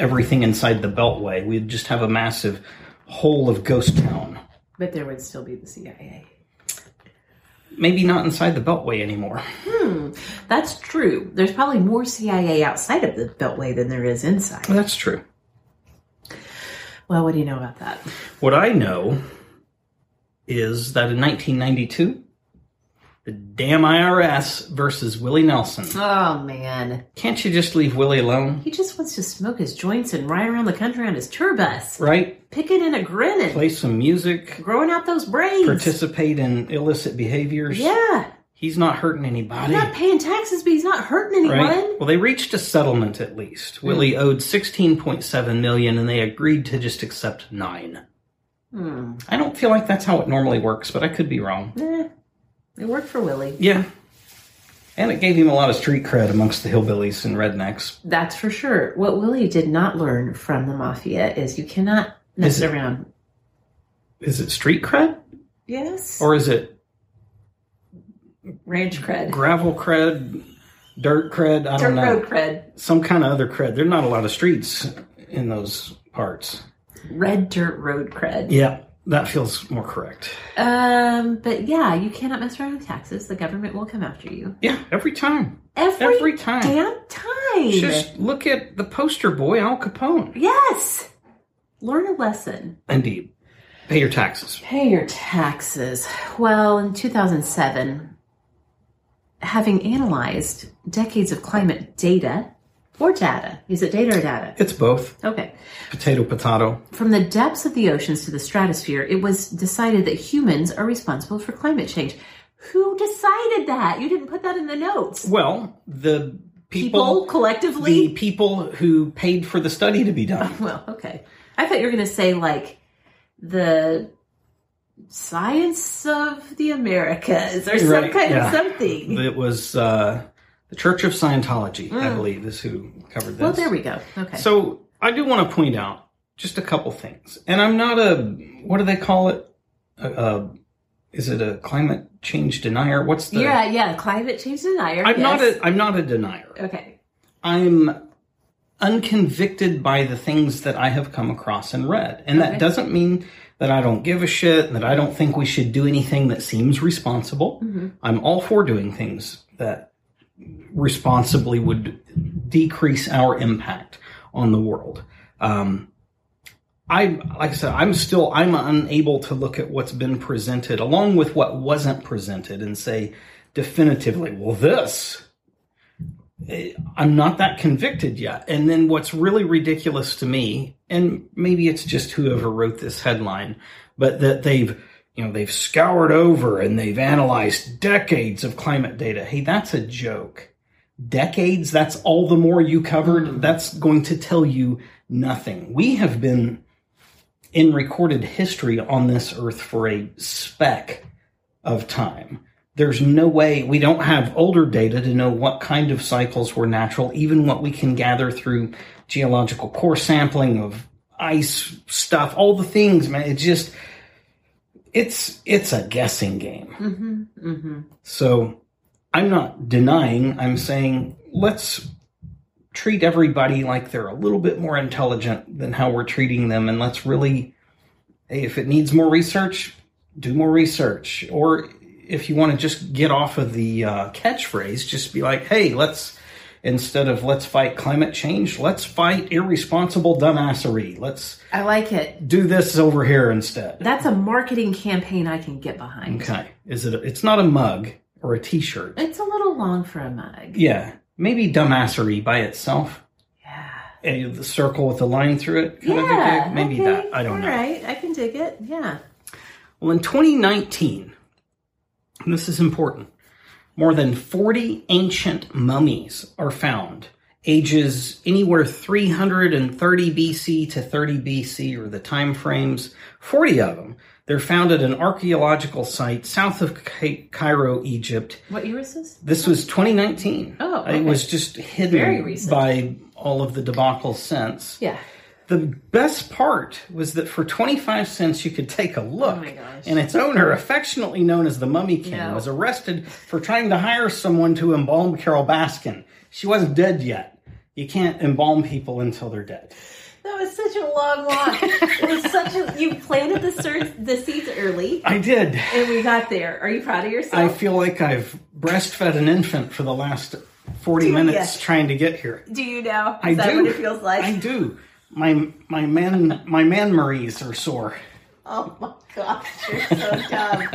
[SPEAKER 4] everything inside the Beltway. We'd just have a massive hole of ghost town.
[SPEAKER 3] But there would still be the CIA.
[SPEAKER 4] Maybe not inside the Beltway anymore.
[SPEAKER 3] That's true. There's probably more CIA outside of the Beltway than there is inside.
[SPEAKER 4] That's true.
[SPEAKER 3] Well, what do you know about that?
[SPEAKER 4] What I know is that in 1992, the damn IRS versus Willie Nelson.
[SPEAKER 3] Oh, man.
[SPEAKER 4] Can't you just leave Willie alone?
[SPEAKER 3] He just wants to smoke his joints and ride around the country on his tour bus,
[SPEAKER 4] Right?
[SPEAKER 3] picking and a grinning,
[SPEAKER 4] Play some music,
[SPEAKER 3] growing out those brains.
[SPEAKER 4] participate in illicit behaviors.
[SPEAKER 3] yeah.
[SPEAKER 4] He's not hurting
[SPEAKER 3] He's
[SPEAKER 4] anybody.
[SPEAKER 3] not paying taxes, but he's not hurting anyone. Hmm.
[SPEAKER 4] Right? Well, they reached a settlement at least. Willie owed 16.7 million and they agreed to just accept 9.
[SPEAKER 3] Hmm.
[SPEAKER 4] I don't feel like that's how it normally works, but I could be wrong.
[SPEAKER 3] Eh, it worked for Willie.
[SPEAKER 4] Yeah. And it gave him a lot of street cred amongst the hillbillies and rednecks.
[SPEAKER 3] That's for sure. What Willie did not learn from the mafia is you cannot mess
[SPEAKER 4] Is it-
[SPEAKER 3] around.
[SPEAKER 4] Is it street cred?
[SPEAKER 3] Yes.
[SPEAKER 4] Or is it
[SPEAKER 3] ranch cred.
[SPEAKER 4] gravel cred, dirt cred? I
[SPEAKER 3] Dirt
[SPEAKER 4] don't know.
[SPEAKER 3] road cred.
[SPEAKER 4] Some kind of other cred. There are not a lot of streets in those parts.
[SPEAKER 3] Red dirt road cred.
[SPEAKER 4] Yeah, that feels more correct.
[SPEAKER 3] Um, but yeah, you cannot mess around with taxes. The government will come after you.
[SPEAKER 4] Yeah, every time.
[SPEAKER 3] Every,
[SPEAKER 4] Every time.
[SPEAKER 3] damn time.
[SPEAKER 4] Just look at the poster boy, Al Capone.
[SPEAKER 3] yes. Learn a lesson.
[SPEAKER 4] Indeed. Pay your taxes.
[SPEAKER 3] Pay your taxes. Well, in 2007, having analyzed decades of climate data or data, is it data or data?
[SPEAKER 4] It's both.
[SPEAKER 3] Okay.
[SPEAKER 4] Potato, potato.
[SPEAKER 3] From the depths of the oceans to the stratosphere, it was decided that humans are responsible for climate change. Who decided that? You didn't put that in the notes.
[SPEAKER 4] Well, the
[SPEAKER 3] People,
[SPEAKER 4] people,
[SPEAKER 3] collectively?
[SPEAKER 4] the people who paid for the study to be done.
[SPEAKER 3] Well, okay. I thought you were going to say, like, the science of the Americas or some
[SPEAKER 4] Right,
[SPEAKER 3] kind
[SPEAKER 4] yeah.
[SPEAKER 3] of something.
[SPEAKER 4] It was uh, the Church of Scientology, I believe, is who covered this.
[SPEAKER 3] Mm. Well, there we go. Okay.
[SPEAKER 4] So I do want to point out just a couple things, and I'm not a what do they call it? A, a, is it a climate change denier? What's the?
[SPEAKER 3] yeah, yeah, climate change denier.
[SPEAKER 4] uh, I'm not
[SPEAKER 3] yes.
[SPEAKER 4] a I'm not a denier.
[SPEAKER 3] okay.
[SPEAKER 4] I'm unconvicted by the things that I have come across and read, and that
[SPEAKER 3] Okay.
[SPEAKER 4] doesn't mean that I don't give a shit and that I don't think we should do anything that seems responsible. I'm all for doing things that responsibly would decrease our impact on the world. Um, I like I said, I'm still I'm unable to look at what's been presented along with what wasn't presented and say definitively, well, this. eh, I'm not that convicted yet. And then what's really ridiculous to me, and maybe it's just whoever wrote this headline, but that they've you know they've scoured over and they've analyzed decades of climate data. Hey, that's a joke decades, that's all the more you covered, that's going to tell you nothing. We have been in recorded history on this earth for a speck of time. There's no way we don't have older data to know what kind of cycles were natural, even what we can gather through geological core sampling of ice stuff, all the things, man. It's just it's it's a guessing game.
[SPEAKER 3] Mm-hmm. Mm-hmm.
[SPEAKER 4] So I'm not denying, I'm saying let's treat everybody like they're a little bit more intelligent than how we're treating them. And let's really, hey, if it needs more research, do more research. Or if you want to just get off of the uh, catchphrase, just be like, hey, let's. Instead of let's fight climate change, let's fight irresponsible dumbassery. Let's
[SPEAKER 3] I like it.
[SPEAKER 4] do this over here instead.
[SPEAKER 3] That's a marketing campaign I can get behind.
[SPEAKER 4] Okay. Is it? A, it's not a mug or a T-shirt.
[SPEAKER 3] It's a little long for a mug.
[SPEAKER 4] Yeah, maybe dumbassery by itself.
[SPEAKER 3] Yeah.
[SPEAKER 4] Eh, The circle with the line through it. Kind Of a gig. Maybe
[SPEAKER 3] okay,
[SPEAKER 4] that. I don't know.
[SPEAKER 3] All right. I can dig it. Yeah.
[SPEAKER 4] Well, in 2019, and this is important, more than 40 ancient mummies are found, ages anywhere 330 BC to 30 BC, or the time frames. 40 of them. They're found at an archaeological site south of Cai- Cairo, Egypt.
[SPEAKER 3] What year is this?
[SPEAKER 4] This was 2019.
[SPEAKER 3] Oh, okay.
[SPEAKER 4] it was just hidden
[SPEAKER 3] Very recent.
[SPEAKER 4] by all of the debacle since.
[SPEAKER 3] Yeah.
[SPEAKER 4] The best part was that for 25 cents you could take a look.
[SPEAKER 3] Oh my gosh.
[SPEAKER 4] And its owner, affectionately known as the Mummy King,
[SPEAKER 3] No.
[SPEAKER 4] was arrested for trying to hire someone to embalm Carol Baskin. She wasn't dead yet. You can't embalm people until they're dead.
[SPEAKER 3] That was such a long <laughs> walk. it was such a. You planted the, ser- the seeds early,
[SPEAKER 4] I did.
[SPEAKER 3] and we got there. Are you proud of
[SPEAKER 4] I
[SPEAKER 3] yourself?
[SPEAKER 4] feel like I've breastfed an infant for the last 40 minutes
[SPEAKER 3] yes.
[SPEAKER 4] trying to get here.
[SPEAKER 3] do you now?
[SPEAKER 4] I
[SPEAKER 3] Is that
[SPEAKER 4] do.
[SPEAKER 3] what it feels like?
[SPEAKER 4] I do. My my man my man Marie's are sore.
[SPEAKER 3] Oh my gosh, you're so <laughs> dumb.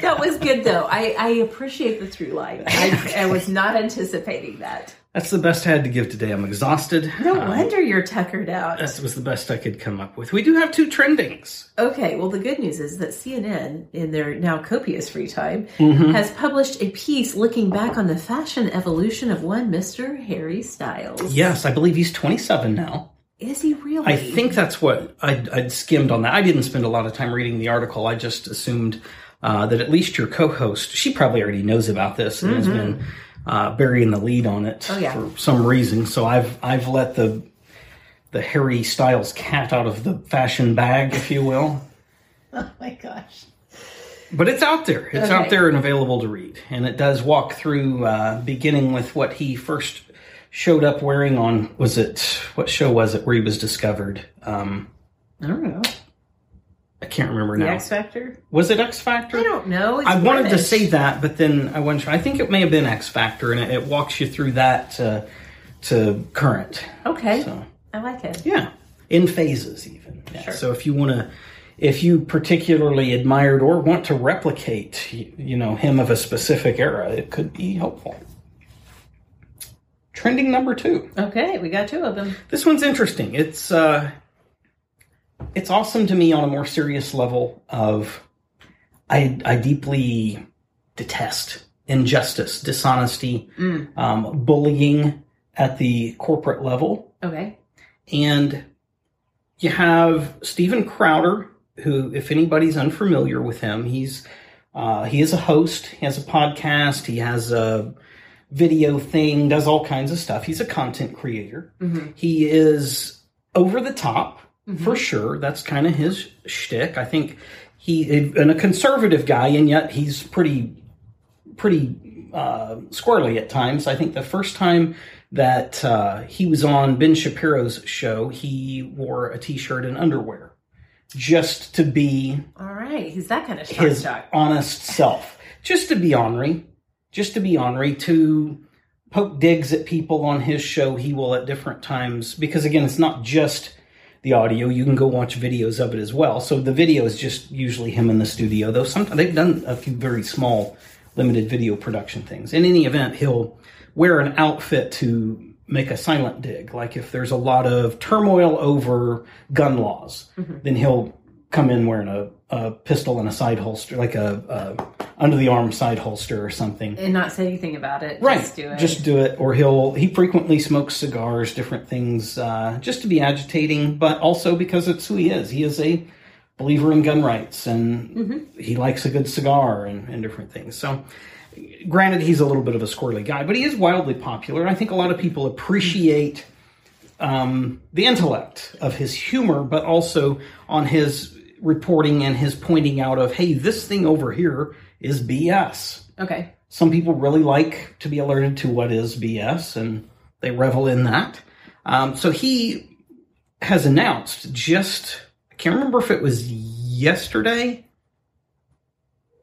[SPEAKER 3] that was good though. I, I appreciate the through line. I, I was not anticipating that.
[SPEAKER 4] That's the best I had to give today. I'm exhausted.
[SPEAKER 3] No
[SPEAKER 4] Uh,
[SPEAKER 3] wonder you're tuckered out.
[SPEAKER 4] This was the best I could come up with. We do have two trendings.
[SPEAKER 3] Okay, well, the good news is that CNN, in their now copious free time,
[SPEAKER 4] Mm-hmm.
[SPEAKER 3] has published a piece looking back on the fashion evolution of one Mr. Harry Styles.
[SPEAKER 4] Yes, I believe he's 27 now.
[SPEAKER 3] Is he really?
[SPEAKER 4] I think that's what I'd, I'd skimmed on that. I didn't spend a lot of time reading the article. I just assumed uh, that at least your co-host, she probably already knows about this and has been uh, burying the lead on it
[SPEAKER 3] yeah.
[SPEAKER 4] for some reason. So I've I've let the the Harry Styles cat out of the fashion bag, if you will.
[SPEAKER 3] Oh my gosh.
[SPEAKER 4] But it's out there. It's out
[SPEAKER 3] Okay.
[SPEAKER 4] there and available to read. And it does walk through, uh, beginning with what he first showed up wearing on, was it, what show was it where he was discovered? Um,
[SPEAKER 3] I don't know.
[SPEAKER 4] I can't remember
[SPEAKER 3] The
[SPEAKER 4] now.
[SPEAKER 3] X Factor?
[SPEAKER 4] was it X Factor?
[SPEAKER 3] I don't know. It's
[SPEAKER 4] I wanted to
[SPEAKER 3] rubbish.
[SPEAKER 4] say that, but then I wasn't sure. I think it may have been X Factor, and it, it walks you through that to, to current.
[SPEAKER 3] Okay.
[SPEAKER 4] So.
[SPEAKER 3] I like it.
[SPEAKER 4] Yeah, in phases even. Yeah. So if you want to, if you particularly admired or want to replicate, y- you know, him of a specific era, it could be helpful. Trending number two.
[SPEAKER 3] Okay, we got two of them.
[SPEAKER 4] This one's interesting. It's uh, it's awesome to me on a more serious level. Of I I deeply detest injustice, dishonesty, um, bullying at the corporate level.
[SPEAKER 3] Okay.
[SPEAKER 4] And you have Steven Crowder, who, if anybody's unfamiliar with him, he's uh, he is a host. He has a podcast. He has a video thing. Does all kinds of stuff. He's a content creator. He is over the top for sure. That's kind of his shtick. I think he and a conservative guy, and yet he's pretty pretty uh, squirrely at times. I think the first time that uh, he was on Ben Shapiro's show, he wore a t-shirt and underwear just to be
[SPEAKER 3] All right. He's that kind of shock
[SPEAKER 4] his
[SPEAKER 3] jock.
[SPEAKER 4] honest self, just to be ornery, just to be ornery, to poke digs at people on his show. He will at different times because again, it's not just the audio. You can go watch videos of it as well. So the video is just usually him in the studio, though. Sometimes they've done a few very small, limited video production things. In any event, he'll wear an outfit to make a silent dig. Like if there's a lot of turmoil over gun laws, then he'll come in wearing a, a pistol and a side holster, like a, a under the arm side holster or something.
[SPEAKER 3] and not say anything about it.
[SPEAKER 4] Right.
[SPEAKER 3] Just do it.
[SPEAKER 4] Just do it. Or he'll he frequently smokes cigars, different things, uh, just to be agitating, but also because it's who he is. He is a believer in gun rights, and
[SPEAKER 3] Mm-hmm.
[SPEAKER 4] he likes a good cigar and, and different things. So, granted, he's a little bit of a squirrely guy, but he is wildly popular. and I think a lot of people appreciate um, the intellect of his humor, but also on his reporting and his pointing out of, hey, this thing over here is BS
[SPEAKER 3] okay.
[SPEAKER 4] some people really like to be alerted to what is BS and they revel in that. Um, so he has announced just, I can't remember if it was yesterday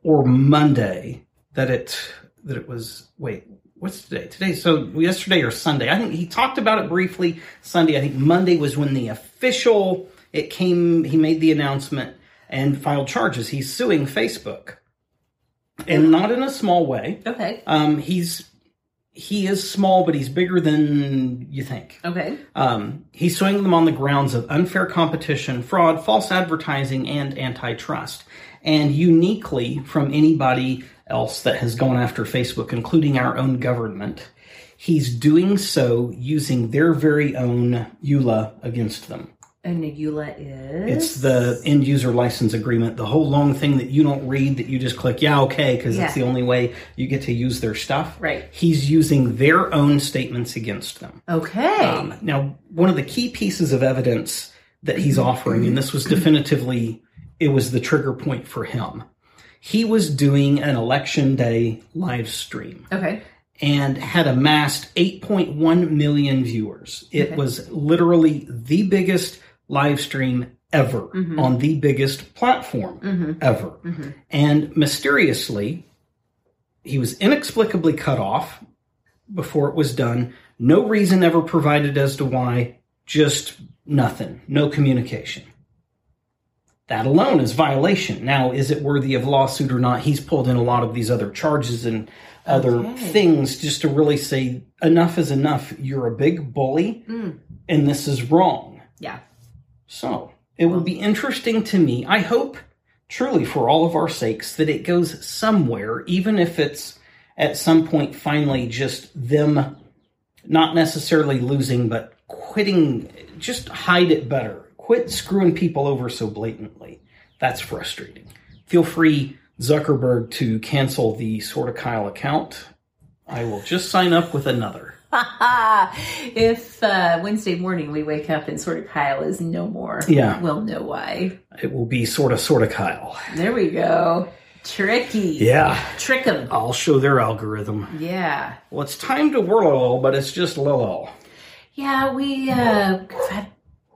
[SPEAKER 4] or Monday that it, that it was, wait, what's today? Today, so yesterday or Sunday. I think he talked about it briefly Sunday. I think Monday was when the official, it came, he made the announcement and filed charges. He's suing Facebook. And not in a small way.
[SPEAKER 3] Okay.
[SPEAKER 4] Um, he's he is small, but he's bigger than you think.
[SPEAKER 3] Okay.
[SPEAKER 4] Um, he's suing them on the grounds of unfair competition, fraud, false advertising, and antitrust. And uniquely from anybody else that has gone after Facebook, including our own government, he's doing so using their very own EULA against them.
[SPEAKER 3] And Nagula is.
[SPEAKER 4] It's the end user license agreement, the whole long thing that you don't read, that you just click, yeah, okay, because
[SPEAKER 3] Yeah.
[SPEAKER 4] it's the only way you get to use their stuff.
[SPEAKER 3] Right.
[SPEAKER 4] He's using their own statements against them.
[SPEAKER 3] Okay.
[SPEAKER 4] Um, now, one of the key pieces of evidence that he's offering, and this was
[SPEAKER 3] Mm-hmm.
[SPEAKER 4] definitively, it was the trigger point for him. He was doing an election day live stream
[SPEAKER 3] okay.
[SPEAKER 4] and had amassed 8.1 million viewers. It was literally the biggest live stream ever on the biggest platform ever. And mysteriously, he was inexplicably cut off before it was done. No reason ever provided as to why, just nothing, no communication. That alone is violation. Now, is it worthy of lawsuit or not? He's pulled in a lot of these other charges and other things just to really say enough is enough. You're a big bully and this is wrong.
[SPEAKER 3] Yeah.
[SPEAKER 4] So it will be interesting to me. I hope, truly, for all of our sakes, that it goes somewhere, even if it's at some point finally just them not necessarily losing, but quitting, just hide it better. Quit screwing people over so blatantly. That's frustrating. Feel free, Zuckerberg, to cancel the Sort of Kyle account. I will just sign up with another.
[SPEAKER 3] <laughs> if uh, Wednesday morning we wake up and sort of Kyle is no more,
[SPEAKER 4] Yeah.
[SPEAKER 3] we'll know why.
[SPEAKER 4] It will be sort of, sort of Kyle.
[SPEAKER 3] There we go. Tricky.
[SPEAKER 4] Yeah.
[SPEAKER 3] Trick him.
[SPEAKER 4] I'll show their algorithm.
[SPEAKER 3] Yeah.
[SPEAKER 4] Well, it's time to whirl, but it's just lol.
[SPEAKER 3] Yeah, we uh, we've had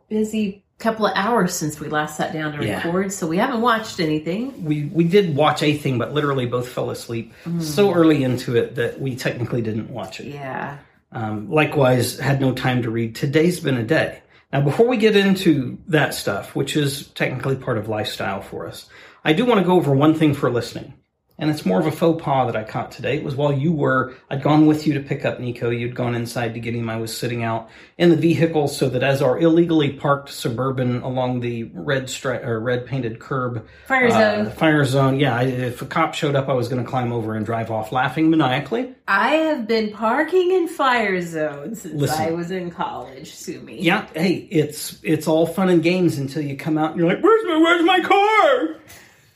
[SPEAKER 3] busy couple of hours since we last sat down to
[SPEAKER 4] Yeah.
[SPEAKER 3] record, so we haven't watched anything.
[SPEAKER 4] We we did watch a thing, but literally both fell asleep so early into it that we technically didn't watch it.
[SPEAKER 3] Yeah.
[SPEAKER 4] Um, likewise, had no time to read. Today's been a day. Now, before we get into that stuff, which is technically part of lifestyle for us, I do want to go over one thing for listening. And it's more of a faux pas that I caught today. It was while you were, I'd gone with you to pick up Nico. You'd gone inside to get him. I was sitting out in the vehicle so that as our illegally parked suburban along the red stri- or red painted curb
[SPEAKER 3] Fire zone.
[SPEAKER 4] uh, fire zone, yeah, I, if a cop showed up, I was going to climb over and drive off laughing maniacally.
[SPEAKER 3] I have been parking in fire zones since
[SPEAKER 4] Listen.
[SPEAKER 3] I was in college, Sue me.
[SPEAKER 4] Yeah, hey, it's it's all fun and games until you come out and you're like, "Where's my where's my car?"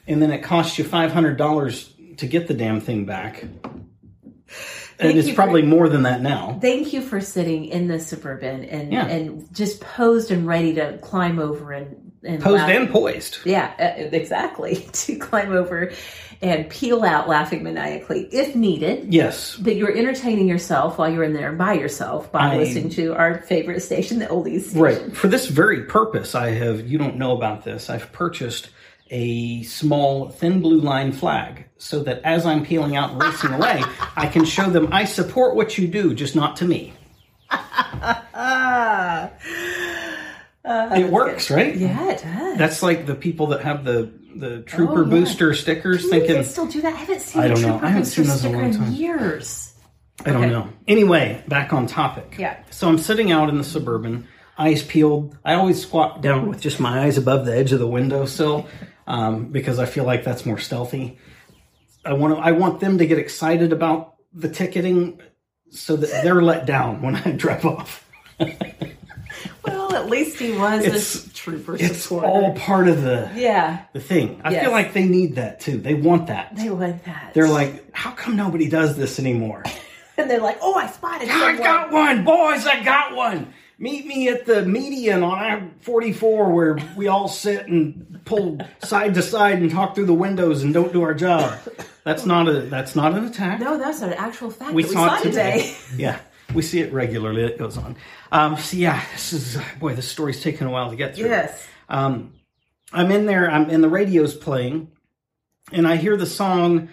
[SPEAKER 4] And then it costs you five hundred dollars to get the damn thing back, and it's
[SPEAKER 3] you for-
[SPEAKER 4] probably more than that now.
[SPEAKER 3] Thank you for sitting in the suburban and
[SPEAKER 4] Yeah.
[SPEAKER 3] and just posed and ready to climb over and, and
[SPEAKER 4] Posed
[SPEAKER 3] laugh.
[SPEAKER 4] and poised.
[SPEAKER 3] Yeah, uh, exactly. <laughs> to climb over and peel out laughing maniacally if needed.
[SPEAKER 4] Yes,
[SPEAKER 3] that you're entertaining yourself while you're in there by yourself by
[SPEAKER 4] I-
[SPEAKER 3] listening to our favorite station, the oldies. Station.
[SPEAKER 4] right. For this very purpose, I have. You don't know about this. I've purchased a small thin blue line flag so that as I'm peeling out and racing away, I can show them I support what you do, just not to me.
[SPEAKER 3] Ah,
[SPEAKER 4] it works, right?
[SPEAKER 3] yeah, it does.
[SPEAKER 4] That's like the people that have the the trooper booster stickers
[SPEAKER 3] Can you
[SPEAKER 4] thinking
[SPEAKER 3] even still do that? I haven't seen.
[SPEAKER 4] I don't
[SPEAKER 3] a
[SPEAKER 4] know.
[SPEAKER 3] Trooper
[SPEAKER 4] I haven't
[SPEAKER 3] Booster
[SPEAKER 4] seen those in a
[SPEAKER 3] sticker
[SPEAKER 4] long time.
[SPEAKER 3] Years.
[SPEAKER 4] I don't
[SPEAKER 3] Okay.
[SPEAKER 4] know. Anyway, back on topic.
[SPEAKER 3] Yeah.
[SPEAKER 4] So I'm sitting out in the suburban, eyes peeled. I always squat down with just my eyes above the edge of the windowsill um, because I feel like that's more stealthy. I want to, I want them to get excited about the ticketing so that they're let down when I <laughs> drive off.
[SPEAKER 3] Well, at least he was
[SPEAKER 4] It's-
[SPEAKER 3] a trooper
[SPEAKER 4] It's
[SPEAKER 3] supporter.
[SPEAKER 4] all part of the
[SPEAKER 3] yeah,
[SPEAKER 4] the thing. I
[SPEAKER 3] Yes.
[SPEAKER 4] feel like they need that too. They want that.
[SPEAKER 3] they want that.
[SPEAKER 4] They're like, how come nobody does this anymore?
[SPEAKER 3] and they're like, oh, I spotted
[SPEAKER 4] I
[SPEAKER 3] someone.
[SPEAKER 4] got one, boys. I got one. Meet me at the median on I forty four where we all sit and pull side to side and talk through the windows and don't do our job. That's not a that's not an attack.
[SPEAKER 3] No, that's an actual fact
[SPEAKER 4] we
[SPEAKER 3] that we
[SPEAKER 4] saw it
[SPEAKER 3] today.
[SPEAKER 4] today. <laughs> yeah, we see it regularly. It goes on. Um, so yeah, this is boy. This story's taken a while to get
[SPEAKER 3] <laughs>
[SPEAKER 4] through.
[SPEAKER 3] yes.
[SPEAKER 4] Um, I'm in there. I'm and the radio's playing, and I hear the song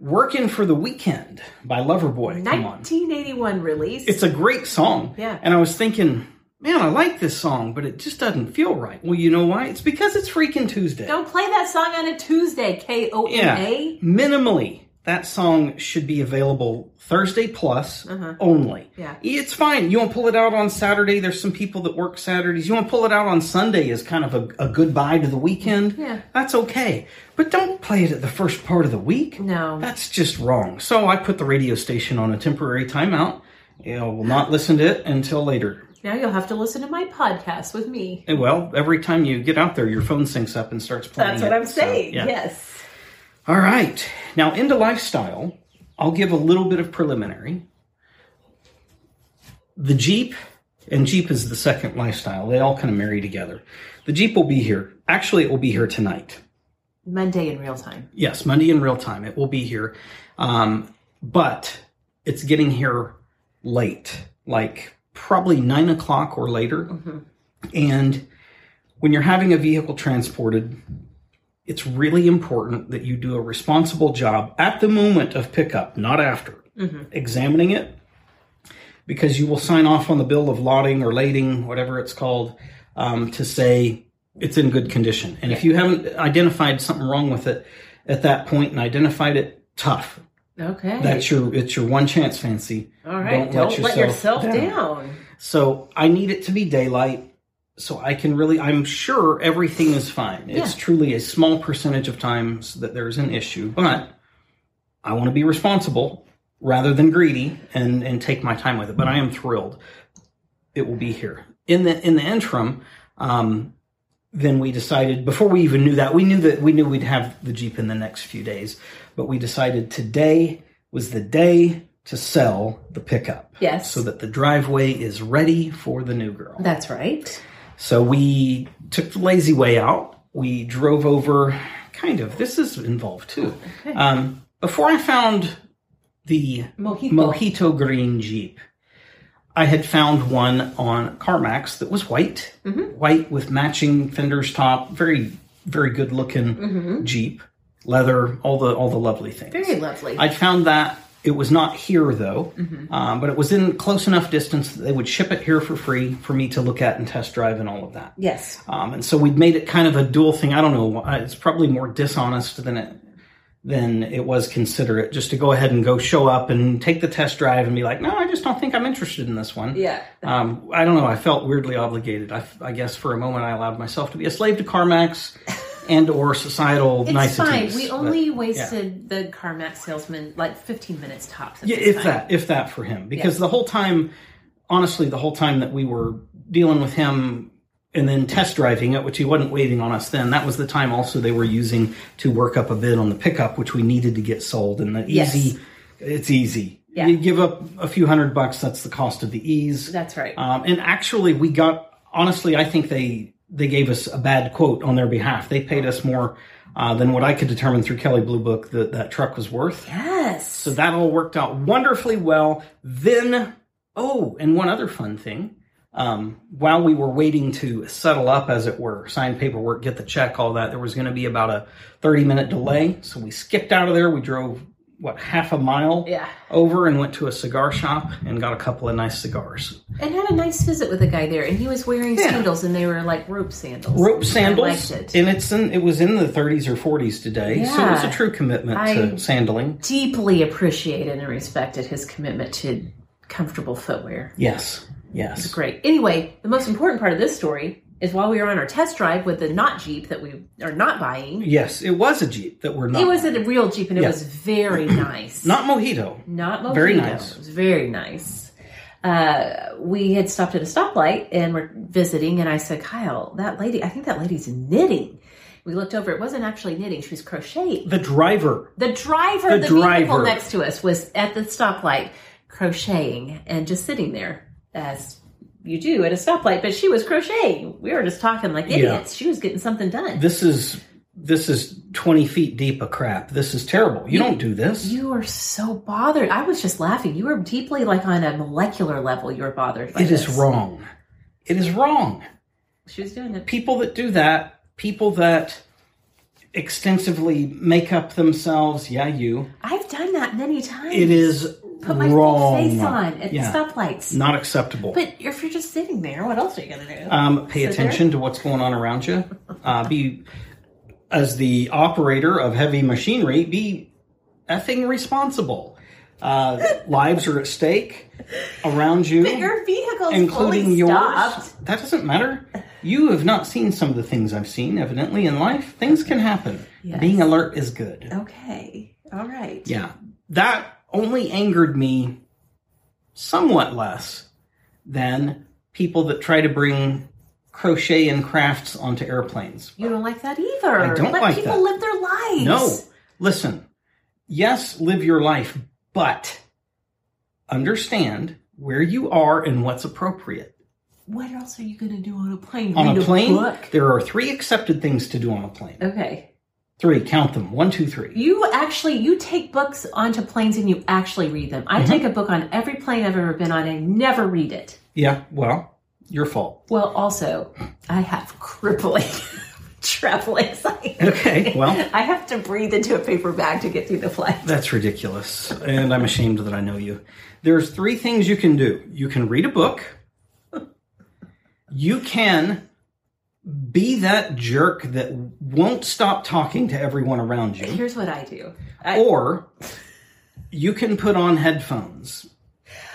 [SPEAKER 4] "Working for the Weekend" by Loverboy. Come on.
[SPEAKER 3] 1981 release.
[SPEAKER 4] It's a great song.
[SPEAKER 3] Yeah.
[SPEAKER 4] And I was thinking, man, I like this song, but it just doesn't feel right. Well, you know why? It's because it's freaking Tuesday.
[SPEAKER 3] Don't play that song on a Tuesday, K O N
[SPEAKER 4] yeah.
[SPEAKER 3] A.
[SPEAKER 4] Minimally, that song should be available Thursday plus only.
[SPEAKER 3] Uh-huh. Yeah.
[SPEAKER 4] It's fine. You want to pull it out on Saturday? There's some people that work Saturdays. You want to pull it out on Sunday as kind of a, a goodbye to the weekend?
[SPEAKER 3] Yeah.
[SPEAKER 4] That's okay. But don't play it at the first part of the week.
[SPEAKER 3] No.
[SPEAKER 4] That's just wrong. So I put the radio station on a temporary timeout. You know, will not listen to it until later.
[SPEAKER 3] Now you'll have to listen to my podcast with me.
[SPEAKER 4] Eh, Well, every time you get out there, your phone syncs up and starts playing.
[SPEAKER 3] That's what
[SPEAKER 4] it,
[SPEAKER 3] I'm
[SPEAKER 4] so,
[SPEAKER 3] saying.
[SPEAKER 4] yeah.
[SPEAKER 3] Yes.
[SPEAKER 4] All right. Now, into lifestyle, I'll give a little bit of preliminary. The Jeep, and Jeep is the second lifestyle, they all kind of marry together. The Jeep will be here. Actually, it will be here tonight.
[SPEAKER 3] Monday in real time.
[SPEAKER 4] Yes, Monday in real time. It will be here. Um, but it's getting here late, like probably nine o'clock or later. And when you're having a vehicle transported, it's really important that you do a responsible job at the moment of pickup, not after, examining it, because you will sign off on the bill of lauding or lading, whatever it's called, um, to say it's in good condition. And if you haven't identified something wrong with it at that point and identified it, tough.
[SPEAKER 3] Okay.
[SPEAKER 4] That's your it's your one chance, fancy.
[SPEAKER 3] All right. Don't, let yourself, down.
[SPEAKER 4] So I need it to be daylight so I can really, I'm sure everything is fine. It's
[SPEAKER 3] Yeah.
[SPEAKER 4] truly a small percentage of times that there's an issue, but I want to be responsible rather than greedy and, and take my time with it. But I am thrilled it will be here. In the, in the interim, um, then we decided before we even knew that we knew that we knew we'd have the jeep in the next few days but we decided today was the day to sell the pickup
[SPEAKER 3] Yes.
[SPEAKER 4] so that the driveway is ready for the new girl
[SPEAKER 3] That's right.
[SPEAKER 4] so we took the lazy way out we drove over kind of this is involved too um, before i found the
[SPEAKER 3] Mojito.
[SPEAKER 4] mojito green jeep I had found one on CarMax that was white,
[SPEAKER 3] Mm-hmm.
[SPEAKER 4] white with matching fenders top, very very good looking Jeep, leather, all the all the lovely things.
[SPEAKER 3] Mm-hmm. Very lovely. Mm-hmm.
[SPEAKER 4] I'd found that it was not here though, um, but it was in close enough distance that they would ship it here for free for me to look at and test drive and all of that.
[SPEAKER 3] yes.
[SPEAKER 4] Um, and so we'd made it kind of a dual thing. I don't know. uh, It's probably more dishonest than it than it was considerate just to go ahead and go show up and take the test drive and be like, no, I just don't think I'm interested in this one.
[SPEAKER 3] Yeah.
[SPEAKER 4] Um, I don't know. I felt weirdly obligated. I, I guess for a moment I allowed myself to be a slave
[SPEAKER 3] <laughs>
[SPEAKER 4] to CarMax and or societal
[SPEAKER 3] It's
[SPEAKER 4] niceties.
[SPEAKER 3] fine. We
[SPEAKER 4] but-
[SPEAKER 3] only wasted the CarMax salesman like 15 minutes tops. at
[SPEAKER 4] yeah,
[SPEAKER 3] this
[SPEAKER 4] if
[SPEAKER 3] time.
[SPEAKER 4] that, if that for him, because the whole time, honestly, the whole time that we were dealing with him and then test driving it, which he wasn't waiting on us then, that was the time also they were using to work up a bid on the pickup, which we needed to get sold. And the
[SPEAKER 3] Yes.
[SPEAKER 4] easy, it's easy.
[SPEAKER 3] Yeah.
[SPEAKER 4] You give up a few hundred bucks, that's the cost of the ease.
[SPEAKER 3] That's right.
[SPEAKER 4] Um, and actually, we got honestly, I think they they gave us a bad quote on their behalf. They paid us more uh, than what I could determine through Kelly Blue Book that that truck was worth.
[SPEAKER 3] yes.
[SPEAKER 4] So that all worked out wonderfully well. Then, oh, and one other fun thing. Um, while we were waiting to settle up, as it were, sign paperwork, get the check, all that, there was going to be about a 30 minute delay. So we skipped out of there. We drove, what, half a mile
[SPEAKER 3] Yeah.
[SPEAKER 4] over and went to a cigar shop and got a couple of nice cigars.
[SPEAKER 3] and had a nice visit with a guy there, and he was wearing sandals, and they were like rope sandals.
[SPEAKER 4] Rope
[SPEAKER 3] I liked
[SPEAKER 4] sandals.
[SPEAKER 3] it.
[SPEAKER 4] And it's in, it was in the 30s or 40s today. So it was
[SPEAKER 3] Yeah.
[SPEAKER 4] a true commitment
[SPEAKER 3] I-
[SPEAKER 4] to sandaling.
[SPEAKER 3] Deeply appreciated and respected his commitment to comfortable footwear.
[SPEAKER 4] Yes. Yes.
[SPEAKER 3] Great. Anyway, the most important part of this story is while we were on our test drive with the not Jeep that we are not buying,
[SPEAKER 4] Yes, it was a Jeep that we're not.
[SPEAKER 3] it was a real Jeep and it
[SPEAKER 4] Yeah.
[SPEAKER 3] was
[SPEAKER 4] <clears throat>
[SPEAKER 3] very nice.
[SPEAKER 4] not Mojito.
[SPEAKER 3] Not mojito.
[SPEAKER 4] Very nice.
[SPEAKER 3] It was very nice. Uh, we had stopped at a stoplight and we're visiting, and I said, Kyle, that lady, I think that lady's knitting. We looked over; it wasn't actually knitting; she was crocheting.
[SPEAKER 4] The driver.
[SPEAKER 3] The driver,
[SPEAKER 4] The
[SPEAKER 3] the, vehicle
[SPEAKER 4] driver.
[SPEAKER 3] next to us, was at the stoplight crocheting and just sitting there as you do at a stoplight. But she was crocheting. We were just talking like idiots. She was getting something done.
[SPEAKER 4] This is this is twenty feet deep of crap. This is terrible. You, don't do this.
[SPEAKER 3] you were so bothered. I was just laughing. You were deeply, like on a molecular level, you were bothered. By
[SPEAKER 4] it is
[SPEAKER 3] this.
[SPEAKER 4] wrong. It is wrong.
[SPEAKER 3] She was doing it.
[SPEAKER 4] People that do that, people that extensively make up themselves, yeah, you.
[SPEAKER 3] I've done that many times.
[SPEAKER 4] It is
[SPEAKER 3] Put my
[SPEAKER 4] wrong.
[SPEAKER 3] full face on at
[SPEAKER 4] Yeah.
[SPEAKER 3] stoplights.
[SPEAKER 4] Not acceptable.
[SPEAKER 3] But if you're just sitting there, what else are you going to do?
[SPEAKER 4] Um, pay
[SPEAKER 3] Sit there?
[SPEAKER 4] attention to what's going on around you. Uh, be as the operator of heavy machinery. Be effing responsible. Uh, lives are at stake around you,
[SPEAKER 3] But your vehicle's
[SPEAKER 4] including
[SPEAKER 3] fully
[SPEAKER 4] yours.
[SPEAKER 3] stopped.
[SPEAKER 4] That doesn't matter. You have not seen some of the things I've seen. Evidently, in life, things can happen.
[SPEAKER 3] Yes.
[SPEAKER 4] Being alert is good.
[SPEAKER 3] Okay. All right.
[SPEAKER 4] Yeah. That only angered me somewhat less than people that try to bring crochet and crafts onto airplanes.
[SPEAKER 3] You don't like that either.
[SPEAKER 4] I don't
[SPEAKER 3] Let
[SPEAKER 4] like
[SPEAKER 3] people
[SPEAKER 4] that.
[SPEAKER 3] live their lives.
[SPEAKER 4] No. Listen, yes, live your life, but understand where you are and what's appropriate.
[SPEAKER 3] What else are you going to do on a plane?
[SPEAKER 4] On
[SPEAKER 3] Read
[SPEAKER 4] a plane,
[SPEAKER 3] book?
[SPEAKER 4] there are three accepted things to do on a plane.
[SPEAKER 3] Okay.
[SPEAKER 4] Three, count them. One, two, three.
[SPEAKER 3] You actually you take books onto planes and you actually read them.
[SPEAKER 4] Mm-hmm.
[SPEAKER 3] I take a book on every plane I've ever been on and never read it.
[SPEAKER 4] Yeah, well, your fault.
[SPEAKER 3] Well, also, I have crippling <laughs> travel anxiety.
[SPEAKER 4] Okay, well.
[SPEAKER 3] <laughs> I have to breathe into a paper bag to get through the flight.
[SPEAKER 4] That's ridiculous. And I'm ashamed that I know you. There's three things you can do you can read a book, you can be that jerk that won't stop talking to everyone around you,
[SPEAKER 3] Here's what I do. I,
[SPEAKER 4] or you can put on headphones,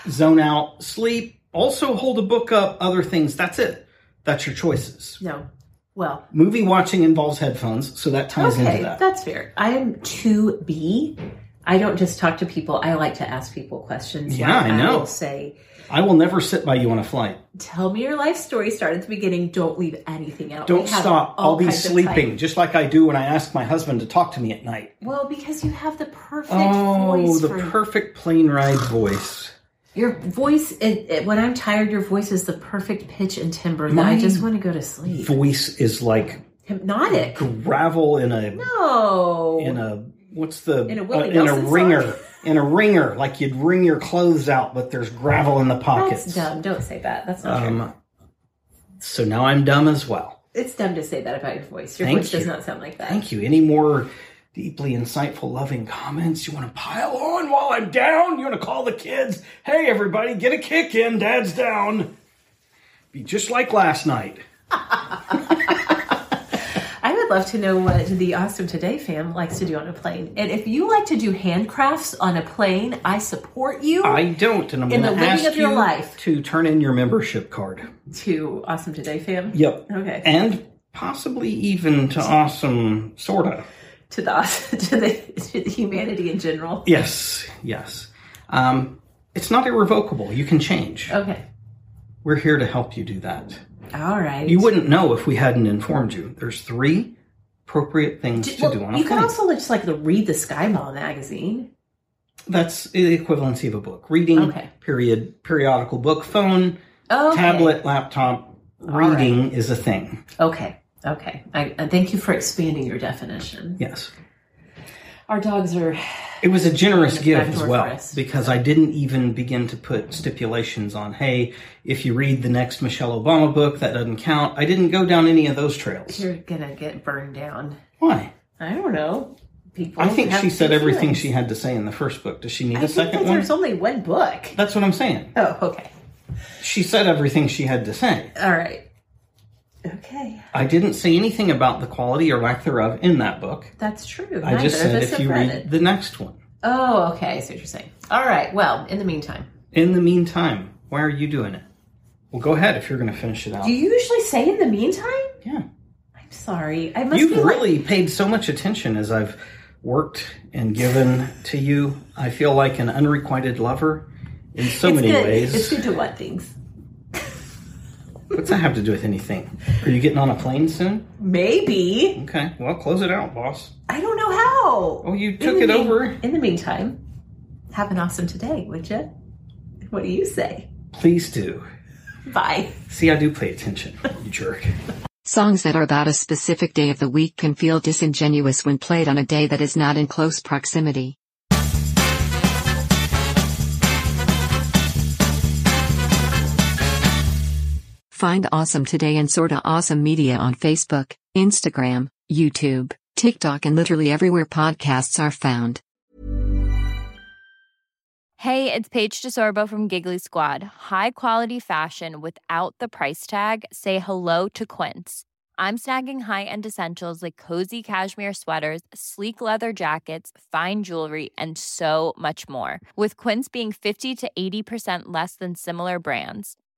[SPEAKER 4] zone out, sleep, also hold a book up, other things. That's it. That's your choices.
[SPEAKER 3] no. Well,
[SPEAKER 4] Movie watching involves headphones, so that ties
[SPEAKER 3] okay,
[SPEAKER 4] into that.
[SPEAKER 3] that's fair. I am 2B. I don't just talk to people. I like to ask people questions.
[SPEAKER 4] Yeah, I know.
[SPEAKER 3] will say,
[SPEAKER 4] I will never sit by you on a flight.
[SPEAKER 3] tell me your life story. Start at the beginning. Don't leave anything out.
[SPEAKER 4] Don't
[SPEAKER 3] We have
[SPEAKER 4] stop.
[SPEAKER 3] all
[SPEAKER 4] I'll be
[SPEAKER 3] kinds of
[SPEAKER 4] sleeping,
[SPEAKER 3] type-
[SPEAKER 4] just like I do when I ask my husband to talk to me at night.
[SPEAKER 3] Well, because you have the perfect
[SPEAKER 4] Oh,
[SPEAKER 3] voice
[SPEAKER 4] the
[SPEAKER 3] for
[SPEAKER 4] perfect plane ride voice.
[SPEAKER 3] Your voice, it, it- when I'm tired, your voice is the perfect pitch and timbre that I
[SPEAKER 4] My
[SPEAKER 3] just want to go to sleep.
[SPEAKER 4] Voice is like
[SPEAKER 3] Hypnotic.
[SPEAKER 4] gravel in a
[SPEAKER 3] No.
[SPEAKER 4] in a what's the uh,
[SPEAKER 3] In a Willie
[SPEAKER 4] in a
[SPEAKER 3] Nelson song.
[SPEAKER 4] ringer <laughs> in a ringer like you'd wring your clothes out, but there's gravel in the
[SPEAKER 3] That's
[SPEAKER 4] pockets.
[SPEAKER 3] dumb. Don't say that. That's not true.
[SPEAKER 4] Um, so now I'm dumb as well.
[SPEAKER 3] It's dumb to say that about your voice. Your
[SPEAKER 4] Thank
[SPEAKER 3] voice does
[SPEAKER 4] you.
[SPEAKER 3] not sound like that.
[SPEAKER 4] Thank you. Any more deeply insightful, loving comments you want to pile on while I'm down? You want to call the kids? Hey, everybody, get a kick in. Dad's down. Be just like last night.
[SPEAKER 3] I would love to know what the Awesome Today fam likes to do on a plane. And if you like to do handcrafts on a plane, I support you
[SPEAKER 4] I don't, and I'm
[SPEAKER 3] In
[SPEAKER 4] going
[SPEAKER 3] the
[SPEAKER 4] to
[SPEAKER 3] living
[SPEAKER 4] ask
[SPEAKER 3] of your
[SPEAKER 4] you
[SPEAKER 3] life.
[SPEAKER 4] to turn in your membership card.
[SPEAKER 3] to Awesome Today fam.
[SPEAKER 4] Yep.
[SPEAKER 3] Okay.
[SPEAKER 4] And possibly even to awesome, sorta.
[SPEAKER 3] To the <laughs> awesome, to the to the humanity in general.
[SPEAKER 4] Yes, yes. Um, it's not irrevocable. You can change.
[SPEAKER 3] Okay.
[SPEAKER 4] We're here to help you do that.
[SPEAKER 3] All right.
[SPEAKER 4] You wouldn't know if we hadn't informed you. There's three appropriate things to
[SPEAKER 3] Well,
[SPEAKER 4] do on a
[SPEAKER 3] you
[SPEAKER 4] plane.
[SPEAKER 3] can also just like the read the Sky Mall magazine.
[SPEAKER 4] That's the equivalency of a book. Reading,
[SPEAKER 3] Okay.
[SPEAKER 4] period, periodical book, phone,
[SPEAKER 3] Okay.
[SPEAKER 4] tablet, laptop.
[SPEAKER 3] right.
[SPEAKER 4] Reading is a thing.
[SPEAKER 3] Okay. Okay. I, I thank you for expanding your definition.
[SPEAKER 4] Yes.
[SPEAKER 3] Our dogs are.
[SPEAKER 4] It was a generous gift as
[SPEAKER 3] Backdoor for
[SPEAKER 4] well
[SPEAKER 3] us.
[SPEAKER 4] because I didn't even begin to put stipulations on, hey, if you read the next Michelle Obama book, that doesn't count. I didn't go down any of those trails.
[SPEAKER 3] You're gonna get burned down.
[SPEAKER 4] Why?
[SPEAKER 3] I don't know. People.
[SPEAKER 4] I think
[SPEAKER 3] have
[SPEAKER 4] she said
[SPEAKER 3] feelings.
[SPEAKER 4] everything she had to say in the first book. Does she need a
[SPEAKER 3] I think
[SPEAKER 4] second
[SPEAKER 3] that
[SPEAKER 4] one?
[SPEAKER 3] there's only one book.
[SPEAKER 4] That's what I'm saying.
[SPEAKER 3] Oh, okay.
[SPEAKER 4] She said everything she had to say.
[SPEAKER 3] All right. Okay,
[SPEAKER 4] I didn't say anything about the quality or lack thereof in that book.
[SPEAKER 3] that's true.
[SPEAKER 4] I just
[SPEAKER 3] Neither of us
[SPEAKER 4] said if
[SPEAKER 3] have
[SPEAKER 4] you
[SPEAKER 3] read
[SPEAKER 4] read
[SPEAKER 3] it.
[SPEAKER 4] the next one.
[SPEAKER 3] Oh, okay. I see what you're saying. All right. Well, in the meantime,
[SPEAKER 4] In the meantime, why are you doing it? Well, go ahead if you're going to finish it out.
[SPEAKER 3] Do you usually say in the meantime?
[SPEAKER 4] yeah.
[SPEAKER 3] I'm sorry. I must
[SPEAKER 4] You've
[SPEAKER 3] be like-
[SPEAKER 4] really paid so much attention as I've worked and given to you. I feel like an unrequited lover in so
[SPEAKER 3] it's
[SPEAKER 4] many
[SPEAKER 3] good.
[SPEAKER 4] ways.
[SPEAKER 3] It's good to want things.
[SPEAKER 4] What's that have to do with anything? Are you getting on a plane soon?
[SPEAKER 3] Maybe.
[SPEAKER 4] Okay, well, close it out, boss.
[SPEAKER 3] I don't know how.
[SPEAKER 4] Oh, you
[SPEAKER 3] In
[SPEAKER 4] took
[SPEAKER 3] the
[SPEAKER 4] it
[SPEAKER 3] mean-
[SPEAKER 4] over.
[SPEAKER 3] In the meantime, have an awesome today, would you? What do you say?
[SPEAKER 4] Please do.
[SPEAKER 3] Bye.
[SPEAKER 4] See, I do pay attention, you jerk.
[SPEAKER 2] Songs that are about a specific day of the week can feel disingenuous when played on a day that is not in close proximity. Find Awesome Today and Sorta Awesome Media on Facebook, Instagram, YouTube, TikTok, and literally everywhere podcasts are found.
[SPEAKER 8] Hey, it's Paige DeSorbo from Giggly Squad. High quality fashion without the price tag. Say hello to Quince. I'm snagging high-end essentials like cozy cashmere sweaters, sleek leather jackets, fine jewelry, and so much more. With Quince being 50 to 80% less than similar brands.